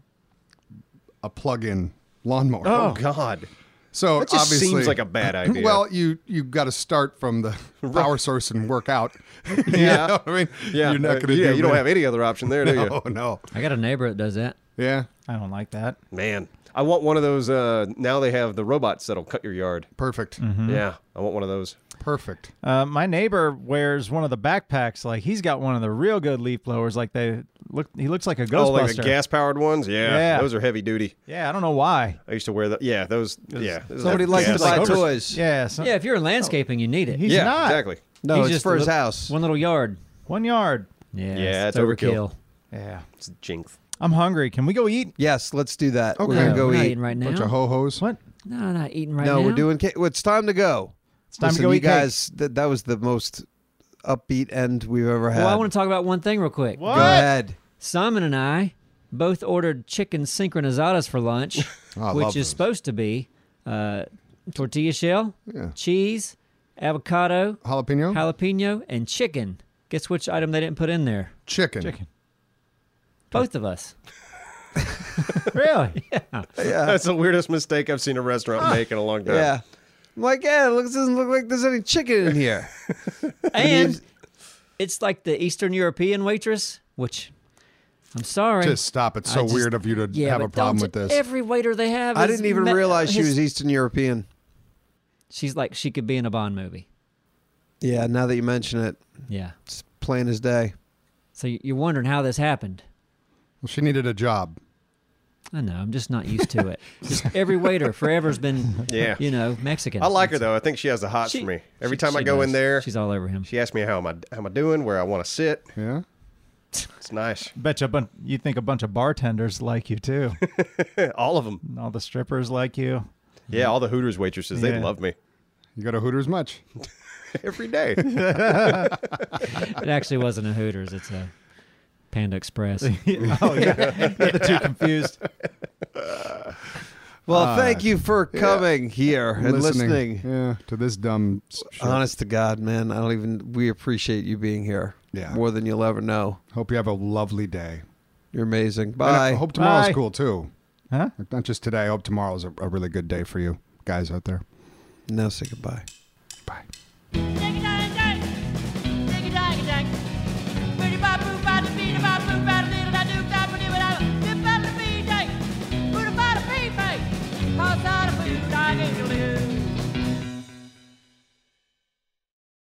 E: a plug-in lawnmower.
B: Oh God,
E: so
B: That just
E: obviously
B: seems like a bad idea.
E: Well, you you got to start from the power source and work out. yeah, I mean,
B: yeah,
E: you're not
B: uh,
E: gonna
B: yeah,
E: do
B: you don't
E: many-
B: have any other option there, do you?
E: Oh no,
D: I got a neighbor that does that.
E: yeah,
C: I don't like that.
B: Man, I want one of those. Uh, now they have the robots that'll cut your yard.
E: Perfect.
D: Mm-hmm.
B: Yeah, I want one of those.
E: Perfect.
C: Uh, my neighbor wears one of the backpacks. Like he's got one of the real good leaf blowers. Like they look, he looks like a ghostbuster.
B: Oh, like the gas powered ones. Yeah,
C: Yeah.
B: those are heavy duty.
C: Yeah, I don't know why.
B: I used to wear that. Yeah, those. Yeah, those-
A: Somebody
B: that
A: likes
B: gas-
A: to buy
C: Like, over-
A: toys.
C: Yeah, so,
D: Yeah, if you're in landscaping, you need it.
C: He's
B: Yeah,
C: not
B: exactly.
A: No,
D: He's
A: it's
D: just
A: for
D: a
A: his
D: li-
A: house.
D: One little yard.
C: one yard.
D: Yeah,
B: Yeah, it's overkill.
C: Yeah,
B: It's jinx.
C: I'm hungry. Can we go eat?
A: Yes, let's do that. We're
E: Okay.
A: gonna
D: No,
A: go
D: we're not
A: eat.
D: eating right now.
E: Bunch of ho hos.
C: What?
D: no, we're not eating right
A: no,
D: now.
A: we're doing. Ca- well, it's time to go. It's
C: time to go
A: you
C: eat cake.
A: guys. That that was the most upbeat end we've ever had.
D: Well, I want to talk about one thing real quick.
A: go ahead.
D: Simon and I both ordered chicken synchronizadas for lunch,
E: Ah, I
D: which
E: love
D: is
E: those.
D: supposed to be uh, tortilla shell,
E: Yeah.
D: cheese, avocado,
E: Jalapeno?
D: jalapeno, and chicken. Guess which item they didn't put in there?
E: Chicken.
C: Chicken.
D: Both of us.
C: Really?
B: That's the weirdest mistake I've seen a restaurant make in a long time.
A: Uh. Yeah. I'm like, yeah, it looks, doesn't look like there's any chicken in here.
D: and it's like the Eastern European waitress, which I'm sorry.
E: Just stop. It's
D: I
E: so
D: just-
E: weird of you to
D: yeah,
E: have
D: but
E: a problem
D: don't-
E: with this.
D: Every waiter they have.
A: I
D: is
A: didn't even
D: me-
A: realize she
D: his-
A: was Eastern European.
D: She's like she could be in a Bond movie.
A: Yeah, now that you mention it,
D: Yeah.
A: it's plain as day.
D: So y- you're wondering how this happened.
E: Well, she needed a job.
D: I know. I'm just not used to it. just every waiter forever's been,
B: Yeah.
D: you know, Mexican.
B: I like her though. I think she has the hots
D: She-
B: for me. Every
D: she-
B: time I
D: she
B: go in
D: does.
B: there,
D: she's all over him.
B: she asks me how am I how am I doing, where I want to sit.
E: Yeah.
B: It's nice.
C: Bet you a bunch. You think a bunch of bartenders like you too,
B: All of them.
C: and all the strippers like you.
B: Yeah, all the Hooters waitresses, they
C: Yeah.
B: love me
E: You go to Hooters much.
B: every day.
D: It actually wasn't a Hooters. It's a Panda Express.
C: oh yeah, Get the two confused.
A: Well, thank you for coming here and listening.
E: Yeah. To this dumb. s- Shit.
A: Honest to God, man, I don't even. We appreciate you being here.
E: Yeah.
A: more than you'll ever know.
E: Hope you have a lovely day.
A: You're amazing.
E: And
A: Bye.
E: I hope tomorrow's
C: Bye.
E: cool too.
C: Huh?
E: Like, Not just today. I hope tomorrow's a, a really good day for you guys out there.
A: now say goodbye.
E: Bye.